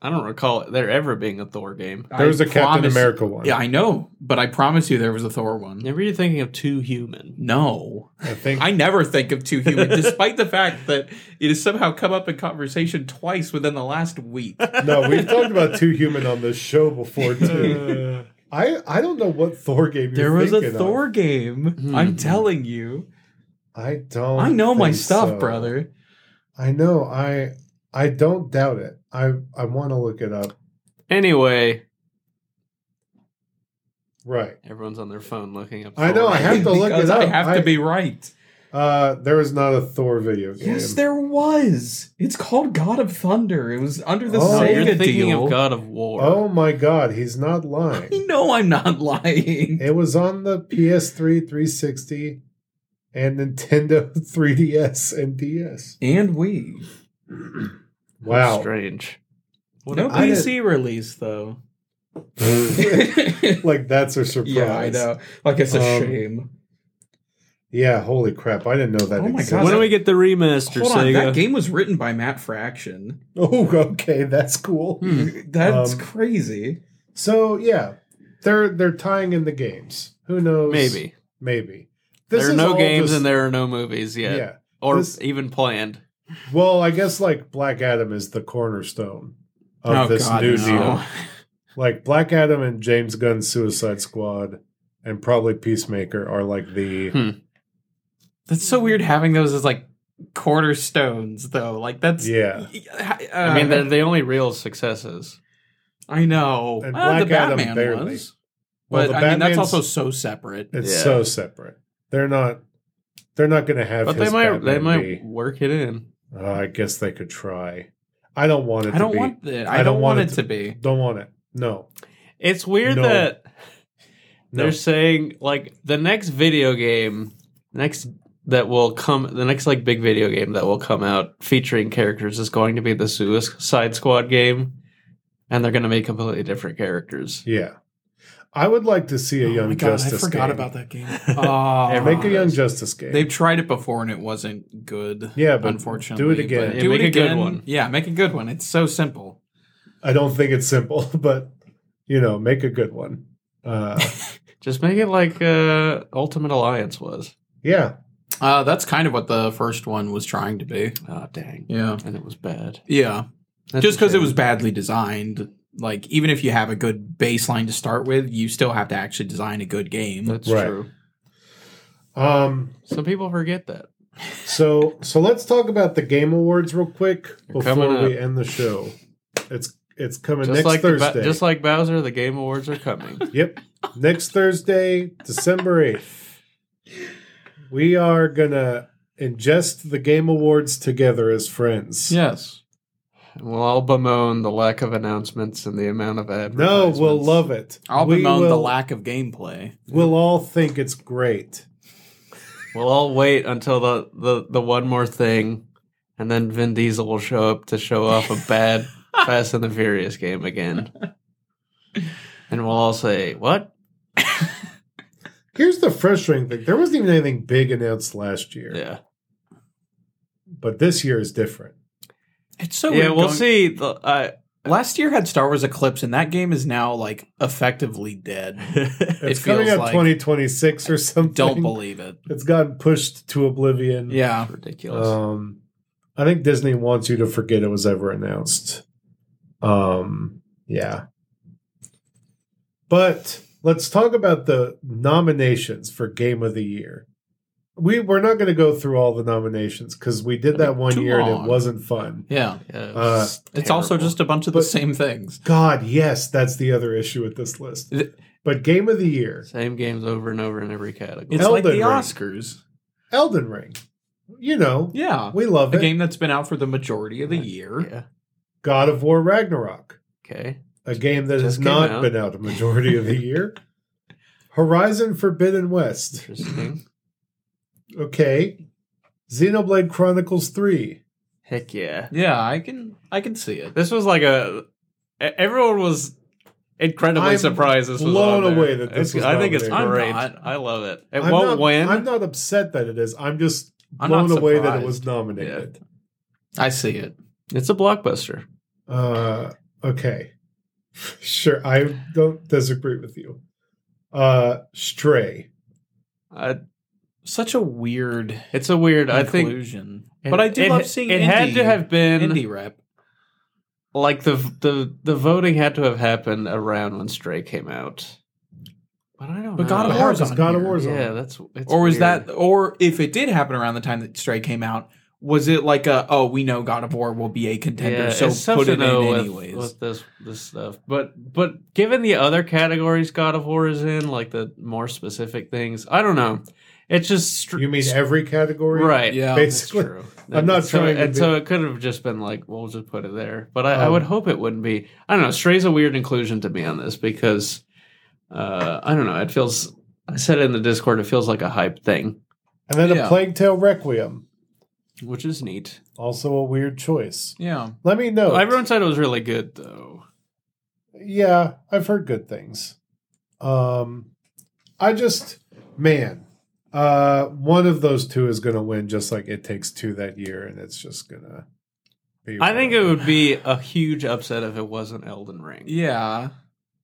S4: I don't recall there ever being a Thor game.
S1: There was
S2: a
S1: a Captain America one.
S2: Yeah, I know, but I promise you, there was a Thor one.
S4: Maybe you're thinking of Too Human.
S2: No,
S1: I think
S2: I never think of
S1: [laughs]
S2: two human, despite the fact that it has somehow come up in conversation twice within the last week.
S1: no, we've talked about Two Human on this show before
S2: [laughs]
S1: too. I I don't know what Thor game you're
S2: There was a
S1: thinking of.
S2: Thor game. I'm telling you,
S1: I don't.
S2: Hmm. I know my
S1: think
S2: stuff,
S1: so.
S2: brother.
S1: I know. I I don't doubt it. I I want to look it up.
S4: Anyway,
S1: Right.
S4: everyone's on their phone looking up.
S1: I know, I have- to look
S2: Because
S1: it
S2: I
S1: up.
S2: have
S1: I-
S2: to be right.
S1: Uh, there is not a Thor video game.
S2: Yes, there was. It's called God of Thunder. It was under the
S1: Oh.
S4: No,
S1: Sega
S4: you're
S2: Sega
S4: thinking
S2: deal. [laughs]
S4: of God of War.
S1: Oh my God, he's not lying.
S2: No, I'm not lying.
S1: it was on the PS3 360. and Nintendo [laughs] 3DS and DS.
S2: And we.
S1: Wow.
S4: Strange.
S1: What
S2: No
S1: a- I
S2: PC
S1: [laughs]
S2: release though. [laughs]
S1: didn't- [laughs] like that's a surprise.
S2: yeah, I know. Like it's a
S1: Um,
S2: shame.
S1: Yeah, holy crap. I didn't know that
S2: Oh my
S1: existed.
S2: God.
S4: When do we get the remaster,
S2: Hold on,
S4: Sega?
S2: that game was written by Matt Fraction.
S1: [laughs] Oh, okay, that's cool.
S2: Hmm. That's
S1: Um,
S2: crazy.
S1: So yeah, they're they're tying in the games. Who knows?
S4: Maybe.
S1: Maybe.
S4: There are no
S1: all
S4: games
S1: just-
S4: and there are no movies yet.
S1: Yeah.
S4: Or
S1: This-
S4: even planned.
S1: Well, I guess like Black Adam is the cornerstone of
S2: Oh,
S1: this
S2: God,
S1: new
S2: no.
S1: deal. Like Black Adam and James Gunn's Suicide Squad and probably Peacemaker are like the
S4: Hmm.
S2: That's so weird having those as like cornerstones though. Like that's
S1: [laughs] Yeah.
S2: Uh,
S4: I mean, they're the only real successes.
S2: I know.
S1: And
S2: Well, the
S1: Black Adam
S2: Batman
S1: barely.
S2: was.
S1: Well,
S2: But
S1: the
S2: I mean that's
S1: Batman's-
S2: also so separate.
S1: It's
S4: Yeah.
S1: so separate. They're not. They're not going to have.
S4: But
S1: his
S4: they might they
S1: Batman
S4: might
S1: be-
S4: work it in.
S1: Uh, I guess they could try. I don't want it.
S2: I don't
S1: to
S2: want it. I,
S1: I
S2: don't want it to be.
S1: Be. Don't want it. No.
S4: It's weird
S1: No.
S4: that
S1: No.
S4: they're saying like the next video game next that will come the next like big video game that will come out featuring characters is going to be the Suicide Squad game. And they're gonna make completely different characters.
S1: Yeah. I would like to
S4: Oh
S1: see a Young Justice.
S2: Oh I forgot
S1: game.
S2: about that game. [laughs] Oh,
S1: Make a Young Justice game.
S2: They've tried it before and it wasn't good.
S1: Yeah, but
S2: unfortunately,
S1: do it again.
S2: but
S4: Yeah,
S2: do
S4: make
S2: it
S4: a good
S2: again.
S4: one.
S2: Yeah, make a good one. It's so simple.
S1: I don't think it's simple, [laughs] but you know, make a good one. Uh,
S4: Just make it like uh Ultimate Alliance was.
S1: yeah.
S2: Uh, that's kind of what the first one was trying to be.
S4: Oh dang.
S2: Yeah,
S4: And it was bad.
S2: yeah.
S4: That's
S2: Just
S4: a
S2: because it
S4: shame.
S2: was badly designed. Like even if you have a good baseline to start with, you still have to actually design a good game.
S4: That's
S1: Right.
S4: true.
S1: Um.
S4: Some people forget that.
S1: So so let's talk about the Game Awards real quick
S4: They're coming
S1: before we
S4: up.
S1: end the show. It's it's coming
S4: Just
S1: next
S4: like the Ba-
S1: Thursday.
S4: just like Bowser, the Game Awards are
S1: [laughs]
S4: coming.
S1: Yep. Next Thursday, December 8th, we are going to ingest the Game Awards together as friends.
S2: Yes.
S4: And we'll all bemoan the lack of announcements and the amount of
S1: No,
S4: advertisements.
S1: we'll love it.
S2: I'll
S1: We
S2: bemoan the
S1: will-
S2: lack of gameplay.
S1: We'll all think it's great.
S4: We'll all wait until the, the, the one more thing, and then Vin Diesel will show up to show off
S2: [laughs]
S4: a bad Fast and the Furious game again. And we'll all say, What?
S1: Here's the frustrating thing there wasn't even anything big announced last year,
S4: Yeah.
S1: but this year is different.
S2: It's so
S4: Yeah,
S2: weird
S4: we'll
S2: going-
S4: see. The, uh,
S2: Last year had Star Wars Eclipse, and that game is now like effectively
S4: [laughs]
S2: dead.
S1: It's
S2: It
S1: coming
S2: feels
S1: out
S2: like-
S1: 2026 or something.
S2: Don't believe it.
S1: [laughs] It's gotten pushed to oblivion.
S2: Yeah.
S4: ridiculous.
S1: Um, I think Disney wants you to forget it was ever announced. Um, yeah. But let's talk about the nominations for Game of the Year. We we're not going to go through all the nominations because we did that one
S2: too
S1: year and
S2: long.
S1: it wasn't fun.
S2: Yeah.
S4: Yeah, it
S1: uh,
S4: was
S2: It's also
S4: terrible.
S2: just a bunch of the
S1: But-
S2: same things.
S1: God, yes, that's the other issue with this list.
S2: Th-
S1: But Game of the Year,
S4: same games over and over in every category.
S2: It's
S1: Elden
S2: like the
S1: Ring.
S2: Oscars.
S1: Elden Ring. You know,
S2: Yeah.
S1: we love
S2: A
S1: it.
S2: game that's been out for the majority of the year.
S4: yeah.
S1: God of War Ragnarok.
S4: Okay.
S1: a game that has
S4: Just came
S1: not
S4: out.
S1: been out a majority of the year. Horizon Forbidden West.
S4: Interesting.
S1: Okay. Xenoblade Chronicles 3.
S4: Heck yeah.
S2: Yeah, I can I can see it.
S4: This was like a. e- Everyone was incredibly
S1: I'm
S4: surprised. This was
S1: blown
S4: on there.
S1: away that this
S4: It's-
S1: was
S4: I think it's
S1: nominated.
S2: I'm
S4: great.
S2: not.
S4: I love it. It
S1: I'm
S4: won't
S1: not,
S4: win.
S1: I'm not upset that it is. I'm just
S2: I'm
S1: blown
S2: not
S1: away that it
S2: surprised.
S1: was nominated.
S2: I see it.
S4: It's a blockbuster.
S1: Uh, okay. [laughs] Sure. I don't disagree with you. Uh, Stray.
S4: I,
S2: Such a weird
S4: it's a weird. I think,
S2: conclusion.
S4: it-
S2: but I do
S4: it-
S2: love seeing
S4: it had
S2: indie-
S4: to have been
S2: indie rep.
S4: like the the the voting had to have happened around when Stray came out. But I don't.
S2: But
S4: know.
S2: God of
S1: Yeah,
S2: War
S1: because
S2: on
S1: God of
S2: here.
S1: War's on.
S4: Yeah, that's. It's
S2: or was
S4: weird.
S2: that or if it did happen around the time that Stray came out, was it like a oh we know God of War will be a contender,
S4: Yeah, it's
S2: so put
S4: tough to
S2: it in
S4: know with,
S2: anyways.
S4: with this this stuff. But but given the other categories God of War is in, like the more specific things, I don't know. It's just str-
S1: You mean every category?
S4: right?
S2: yeah.
S4: That's
S1: Basically.
S4: true.
S1: I'm not
S4: so,
S1: trying to
S4: and
S1: be-
S4: so it could have just been like, we'll just put it there. But I, I
S1: Um,
S4: would hope it wouldn't be. I don't know. Stray's a weird inclusion to me on this because uh, I don't know. It feels. I said it in the Discord. It feels like a hype thing.
S1: And then
S2: Yeah.
S1: a Plague Tale Requiem,
S4: which is neat.
S1: also a weird choice.
S2: Yeah.
S1: Let me know.
S4: Everyone said it was really good though.
S1: yeah, I've heard good things. Um, I just, man, uh, one of those two is going to win, just like it takes two that year, and it's just going to be.
S4: I think it would be a huge upset if it wasn't Elden Ring.
S2: Yeah.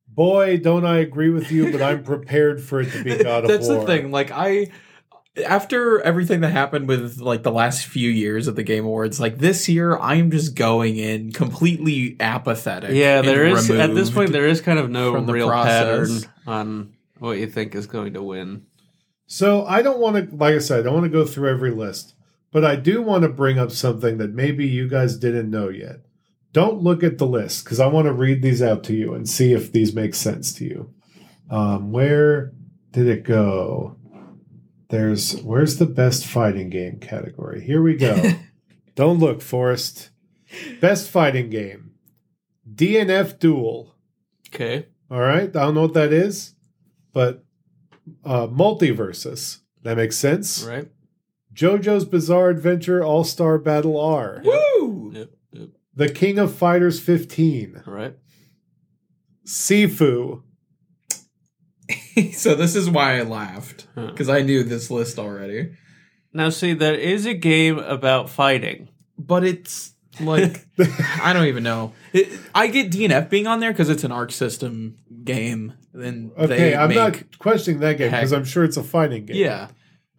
S1: Boy, don't I agree with you, but I'm prepared for it to
S2: [laughs]
S1: be God of
S2: That's
S1: War.
S2: the thing. Like I after everything that happened with like the last few years of the Game Awards, like this year I'm just going in completely apathetic.
S4: Yeah,
S2: and
S4: there is at this
S2: removed.
S4: point there is kind of no
S2: from the
S4: real
S2: process.
S4: pattern on what you think is going to win.
S1: So I don't want to, like I said, I don't want to go through every list, but I do want to bring up something that maybe you guys didn't know yet. Don't look at the list because I want to read these out to you and see if these make sense to you. Um, where did it go? There's where's the best fighting game category? Here we go. don't look, Forrest. Best fighting game, DNF Duel.
S4: Okay.
S1: All right. I don't know what that is, but uh, multiverses. That makes sense.
S4: Right?
S1: JoJo's Bizarre Adventure All Star Battle R.
S2: Woo! [laughs]
S4: Yep. yep
S1: The King of Fighters 15.
S4: right.
S1: Sifu.
S2: so this is why I laughed. Because I knew this list already.
S4: Now see there is a game about fighting.
S2: But it's [laughs] like I don't even know. It, I get DNF being on there because it's an arc system game. Then
S1: Okay,
S2: they
S1: I'm
S2: make,
S1: not questioning that game because
S2: heck-
S1: I'm sure it's a fighting game.
S2: Yeah,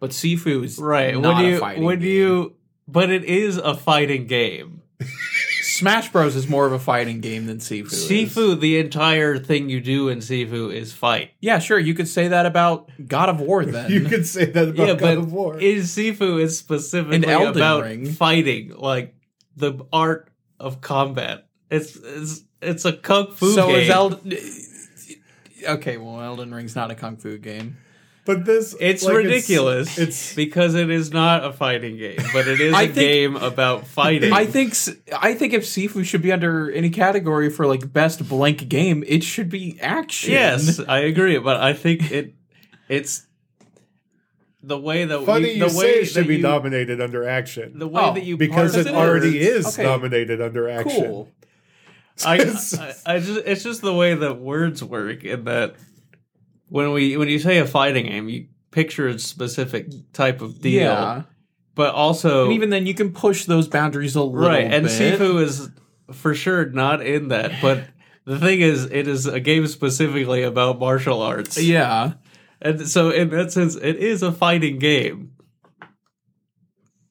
S2: but Sifu is
S4: Right.
S2: Not
S4: would
S2: a
S4: you
S2: fighting
S4: would
S2: game.
S4: you but it is a fighting game.
S2: Smash Bros is more of a fighting game than Sifu. is.
S4: Sifu, the entire thing you do in Sifu
S2: [laughs]
S4: is fight.
S2: Yeah, sure. You could say that about God of War
S1: [laughs]
S2: then.
S1: You could say that about
S4: yeah,
S1: God
S4: but
S1: of War.
S4: is Sifu is
S2: And
S4: specifically
S2: Elden
S4: about
S2: Ring.
S4: fighting, like the art of combat. It's it's it's a kung fu
S2: so
S4: game.
S2: is Elden. Okay, well, Elden Ring's not a kung fu game.
S1: but this.
S4: it's
S1: like,
S4: ridiculous.
S1: It's.
S4: because it is not a fighting game,
S2: [laughs]
S4: but it is a
S2: I think-
S4: game about fighting.
S2: I think s- I think if Sifu should be under any category for like best blank game, it should be action.
S4: yes, I agree, but I think it it's the way that
S1: Funny
S4: we,
S1: you
S4: the
S1: say
S4: way
S1: it should
S4: that
S1: be
S4: you,
S1: nominated under action.
S4: the way
S2: Oh,
S4: that you
S1: because
S4: parse
S1: it
S2: Because it
S1: already
S2: is.
S1: is
S2: Okay.
S1: nominated under action.
S2: cool.
S1: [laughs]
S4: I, I, I just it's just the way that words work in that when we when you say a fighting game you picture a specific type of deal
S2: Yeah,
S4: but also
S2: and even then, you can push those boundaries a little
S4: right and
S2: bit.
S4: Sifu is for sure not in that but the thing is it is a game specifically about martial arts
S2: Yeah,
S4: and so in that sense it is a fighting game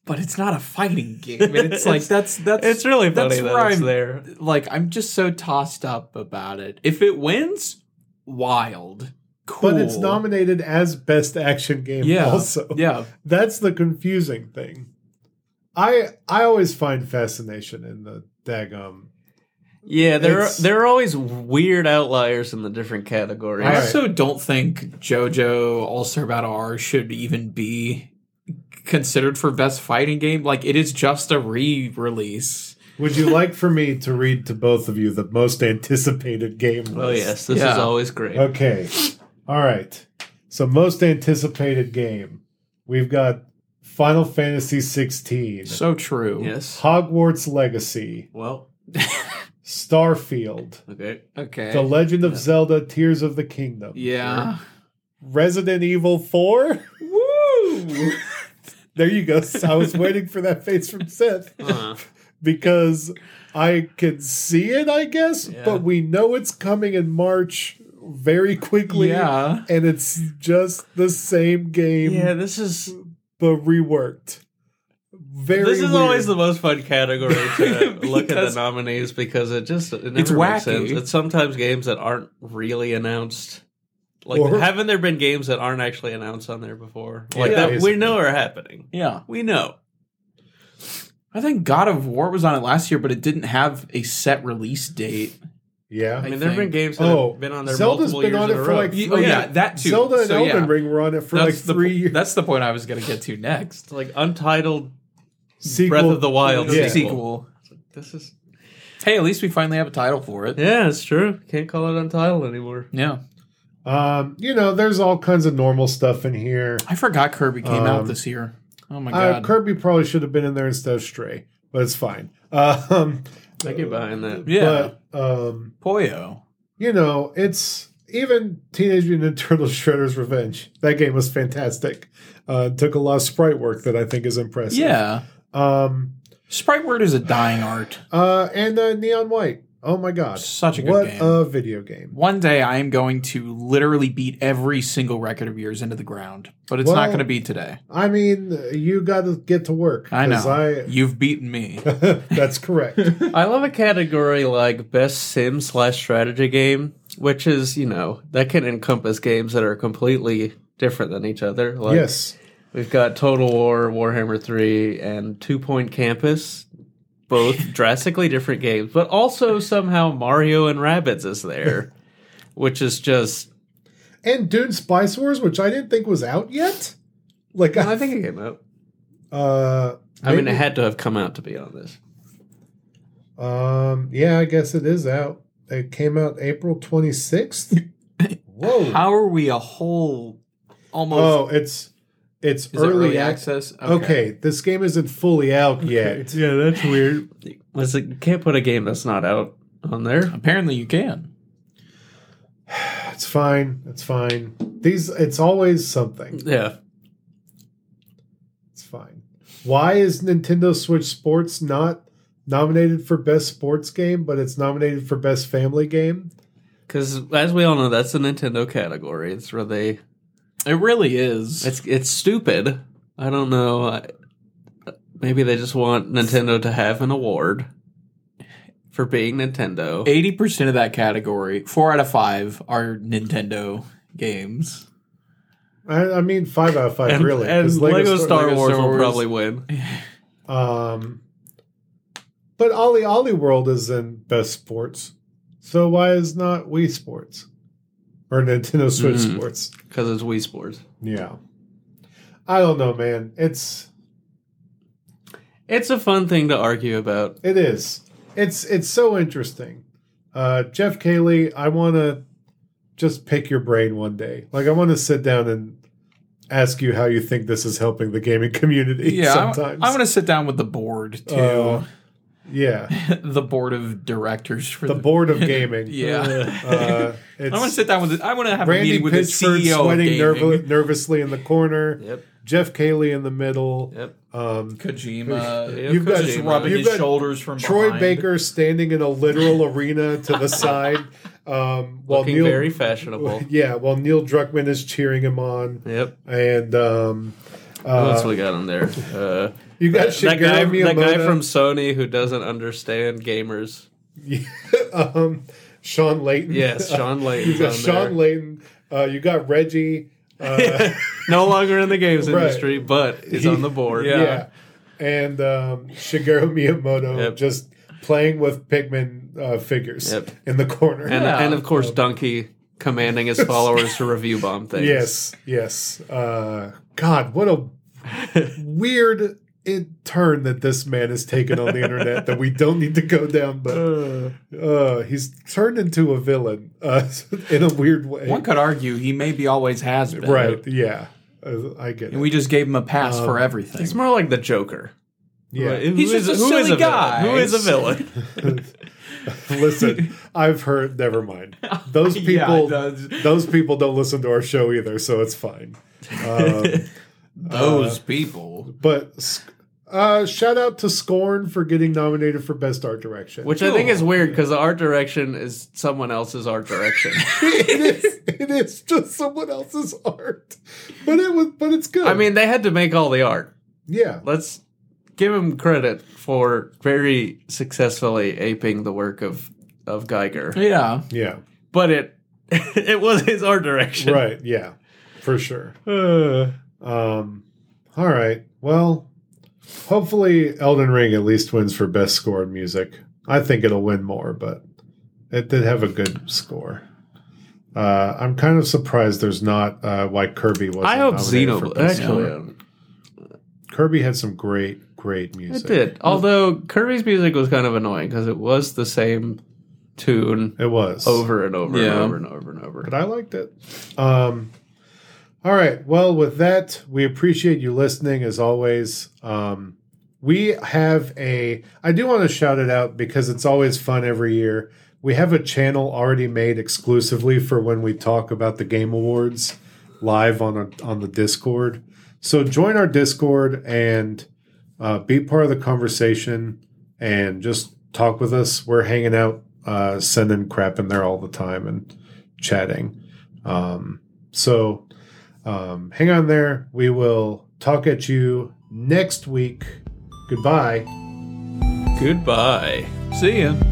S2: but it's not a fighting game. And
S4: [laughs]
S2: it's like that's that's
S4: it's really funny
S2: that's
S4: that
S2: where
S4: it's
S2: I'm
S4: there
S2: like I'm just so tossed up about it. If it wins, wild, cool.
S1: But it's nominated as best action game
S2: Yeah.
S1: also.
S4: [laughs]
S2: Yeah,
S1: That's the confusing thing. I I always find fascination in the daggum.
S4: yeah there are,
S1: It's-
S4: there are always weird outliers in the different categories
S2: I
S1: Right.
S2: also don't think JoJo All Star Battle R should even be considered for best fighting game. Like it is just a re-release.
S1: Would you like for me to read to both of you the most anticipated game list?
S4: oh yes this
S2: Yeah.
S4: is always great
S1: Okay. All right. So most anticipated game. We've got Final Fantasy 16,
S2: So true.
S4: yes
S1: Hogwarts Legacy,
S4: well
S1: Starfield,
S4: Okay.
S2: Okay.
S1: The Legend of Zelda Tears of the Kingdom,
S2: yeah.
S1: Resident Evil 4.
S4: [laughs]
S2: Woo!
S1: [laughs] There you go. I was waiting for that face from Seth. because I can see it, I guess, but we know it's coming in March very quickly.
S2: Yeah.
S1: And it's just the same game,
S4: yeah, this is
S1: but reworked. Very
S4: this is
S1: weird.
S4: always the most fun category
S1: [laughs]
S4: to look at the
S2: Because-
S4: nominees because it just it never
S2: It's
S4: makes
S2: wacky.
S4: sense. It's sometimes games that aren't really announced. Like
S1: Or-
S4: haven't there been games that aren't actually announced on there before?
S1: Yeah,
S4: Like that
S1: basically.
S4: we know are happening.
S2: Yeah.
S4: We know.
S2: I think God of War was on it last year, but it didn't have a set release date.
S4: I,
S1: yeah.
S4: mean, there have been
S2: think-
S4: games that
S1: Oh,
S4: have been on there
S1: Zelda's
S4: multiple
S1: been
S4: years
S1: on
S4: in
S1: it
S4: a
S1: for
S4: row.
S1: like
S2: Y-
S1: three
S2: Oh yeah, that too.
S1: Zelda and
S2: So, yeah.
S1: Elden Ring were on it for like
S2: the
S1: three
S2: po-
S1: years.
S2: That's the point I was going to get to next.
S4: It's like untitled
S1: Sequel-
S4: Breath of the Wild
S1: Yeah.
S4: sequel.
S2: Sequel.
S4: This is
S2: Hey, at least we finally have a title for it.
S4: yeah, it's true. Can't call it untitled anymore.
S2: Yeah.
S1: Um, you know, there's all kinds of normal stuff in here.
S2: I forgot Kirby came out this year. Oh my
S1: Um, Uh,
S2: god.
S1: Kirby probably should have been in there instead of Stray, but it's fine. [laughs] Um,
S4: I get behind that.
S2: yeah.
S1: but um,
S2: Poyo.
S1: you know, it's even Teenage Mutant Ninja Turtles: Shredder's Revenge. That game was fantastic. Uh, took a lot of sprite work that I think is impressive.
S2: Yeah.
S1: Um,
S2: Sprite word is a dying art.
S1: uh, and uh, Neon White. Oh my God!
S2: Such a good
S1: what
S2: game.
S1: a video game.
S2: One day I am going to literally beat every single record of yours into the ground, but it's
S1: Well-
S2: not going to be today.
S1: I mean, you got to get to work.
S2: I know.
S1: 'cause I- [laughs]
S2: You've beaten me.
S1: that's
S4: [laughs]
S1: correct.
S4: I love a category like best sim slash strategy game, which is, you know, that can encompass games that are completely different than each other. Like
S1: yes.
S4: we've got Total War, Warhammer 3, and Two Point Campus, [laughs] both drastically different games, but also somehow Mario and Rabbids is [laughs] there, which is just
S1: and Dune Spice Wars, which I didn't think was out yet. Like
S4: I think it came out.
S1: [laughs] uh,
S4: I mean, it
S1: maybe-
S4: had to have come out to be on this.
S1: um, yeah, I guess it is out. It came out April twenty
S2: [laughs]
S1: sixth. Whoa!
S2: How are we a whole almost
S1: oh, it's it's
S2: is it
S1: early,
S2: early
S1: access.
S2: access?
S1: Okay. this game isn't fully out
S2: [laughs]
S1: yet.
S4: Yeah, that's weird. Was it, you can't put a game that's not out on there.
S2: Apparently you can.
S1: It's fine. It's fine. These it's always something.
S4: Yeah.
S1: It's fine. Why is Nintendo Switch Sports not nominated for best sports game, but it's nominated for best family game?
S4: Because as we all know, that's the Nintendo category. It's where they.
S2: It really is.
S4: It's it's stupid. I don't know. I, maybe they just want Nintendo to have an award for being Nintendo.
S2: 80% of that category, 4 out of 5 are Nintendo games.
S1: I, I mean, five out of five,
S4: and,
S1: really.
S4: and
S1: 'cause
S4: Lego, Star
S2: Lego
S4: Wars
S2: Star
S4: will
S2: Wars-
S4: probably win.
S1: Um, but Ollie Ollie World is in best sports, so why is not Wii Sports or Nintendo Switch
S4: Mm.
S1: Sports?
S4: Because it's Wii Sports.
S1: Yeah, I don't know, man. It's
S4: It's a fun thing to argue about.
S1: it is it's it's so interesting. Uh, Jeff Cayley, I want to just pick your brain one day. Like I want to sit down and ask you how you think this is helping the gaming [laughs] community.
S2: Yeah, I-
S1: sometimes
S2: I, want to sit down with the board too.
S1: Uh, yeah,
S2: [laughs] the board of directors for
S1: the board of gaming.
S2: [laughs]
S1: Uh,
S2: Yeah. [laughs]
S1: it's,
S2: I want to sit down with the, I want to have a
S1: Randy
S2: meeting with
S1: Pitchford
S2: the CEO of
S1: sweating
S2: gaming.
S1: nerv- nervously in the corner.
S4: Yep.
S1: Jeff Cayley in the middle.
S4: Yep.
S1: Um, [laughs]
S2: Kojima
S1: you've got
S2: just rubbing
S1: you've
S2: his
S1: got
S2: shoulders from
S1: Troy
S2: behind.
S1: Baker standing in a
S4: [laughs]
S1: literal arena to the side, um, while
S4: Looking
S1: Neil, [laughs]
S4: very fashionable.
S1: yeah, while Neil Druckmann is cheering him on,
S4: yep.
S1: and um,
S4: What
S1: uh,
S4: else we got on there? Uh,
S1: you got
S4: that guy,
S1: Shigeru
S4: that guy
S1: Miyamoto.
S4: from Sony who doesn't understand gamers.
S1: [laughs] um, Sean Layton.
S4: Yes,
S1: [laughs]
S4: Sean Layton.
S1: you got Sean Layton. Uh, you got Reggie. uh,
S4: [laughs] no longer in the games
S1: Right.
S4: industry, but is
S1: He-
S4: on the board.
S1: Yeah. And um, Shigeru Miyamoto
S4: Yep.
S1: just playing with Pikmin uh, figures
S4: Yep.
S1: in the corner.
S4: And,
S2: Yeah.
S4: and of course,
S1: Um,
S4: Donkey
S1: [laughs]
S4: commanding his followers to review bomb things.
S1: yes, yes. Uh, God, what a weird it, turn that this man has taken on the internet that we don't need to go down, but uh, he's turned into a villain uh, [laughs] in a weird way.
S2: One could argue he maybe always has been.
S1: right, Um, yeah. Uh, I get it.
S2: And we just gave him a pass for everything.
S4: It's more like the Joker.
S1: yeah.
S4: Who
S2: He's
S4: is-
S2: just a
S4: who is
S2: silly
S4: villain?
S2: guy.
S4: Who is a villain?
S1: [laughs]
S2: [laughs]
S1: Listen, I've heard. Never mind. Those people,
S2: does.
S1: those people don't listen to our show either, so it's fine.
S2: Those people.
S1: But s- uh, shout out to Scorn for getting nominated for Best Art Direction.
S4: Which I think is weird because the art direction is someone else's art direction.
S1: [laughs] it, is, it is just someone else's art, but it was, but it's good.
S4: I mean, they had to make all the art.
S1: yeah,
S4: Let's give him credit for very successfully aping the work of, of Geiger.
S2: Yeah.
S1: yeah,
S4: but it [laughs] it was his art direction.
S1: right, yeah, for sure.
S4: Uh.
S1: Um, all right, well, hopefully Elden Ring at least wins for Best Score in Music. I think it'll win more, but it did have a good score. Uh, I'm kind of surprised there's not uh, why Kirby wasn't.
S4: I hope
S1: nominated for
S4: Xenoblade.
S1: Best Score.
S4: Actually,
S1: Kirby had some great, great music.
S4: it did. Although Kirby's music was kind of annoying because it was the same tune
S1: It was
S4: over and over and
S2: Yeah.
S4: over and over and over.
S1: but I liked it. Um, all right. Well, with that, we appreciate you listening as always. Um, we have a, I do want to shout it out because it's always fun every year. We have a channel already made exclusively for when we talk about the Game Awards live on a, on the Discord. So join our Discord and uh, be part of the conversation and just talk with us. We're hanging out, uh, sending crap in there all the time and chatting. Um, so um, hang on there. We will talk at you next week. Goodbye.
S4: Goodbye.
S2: See ya.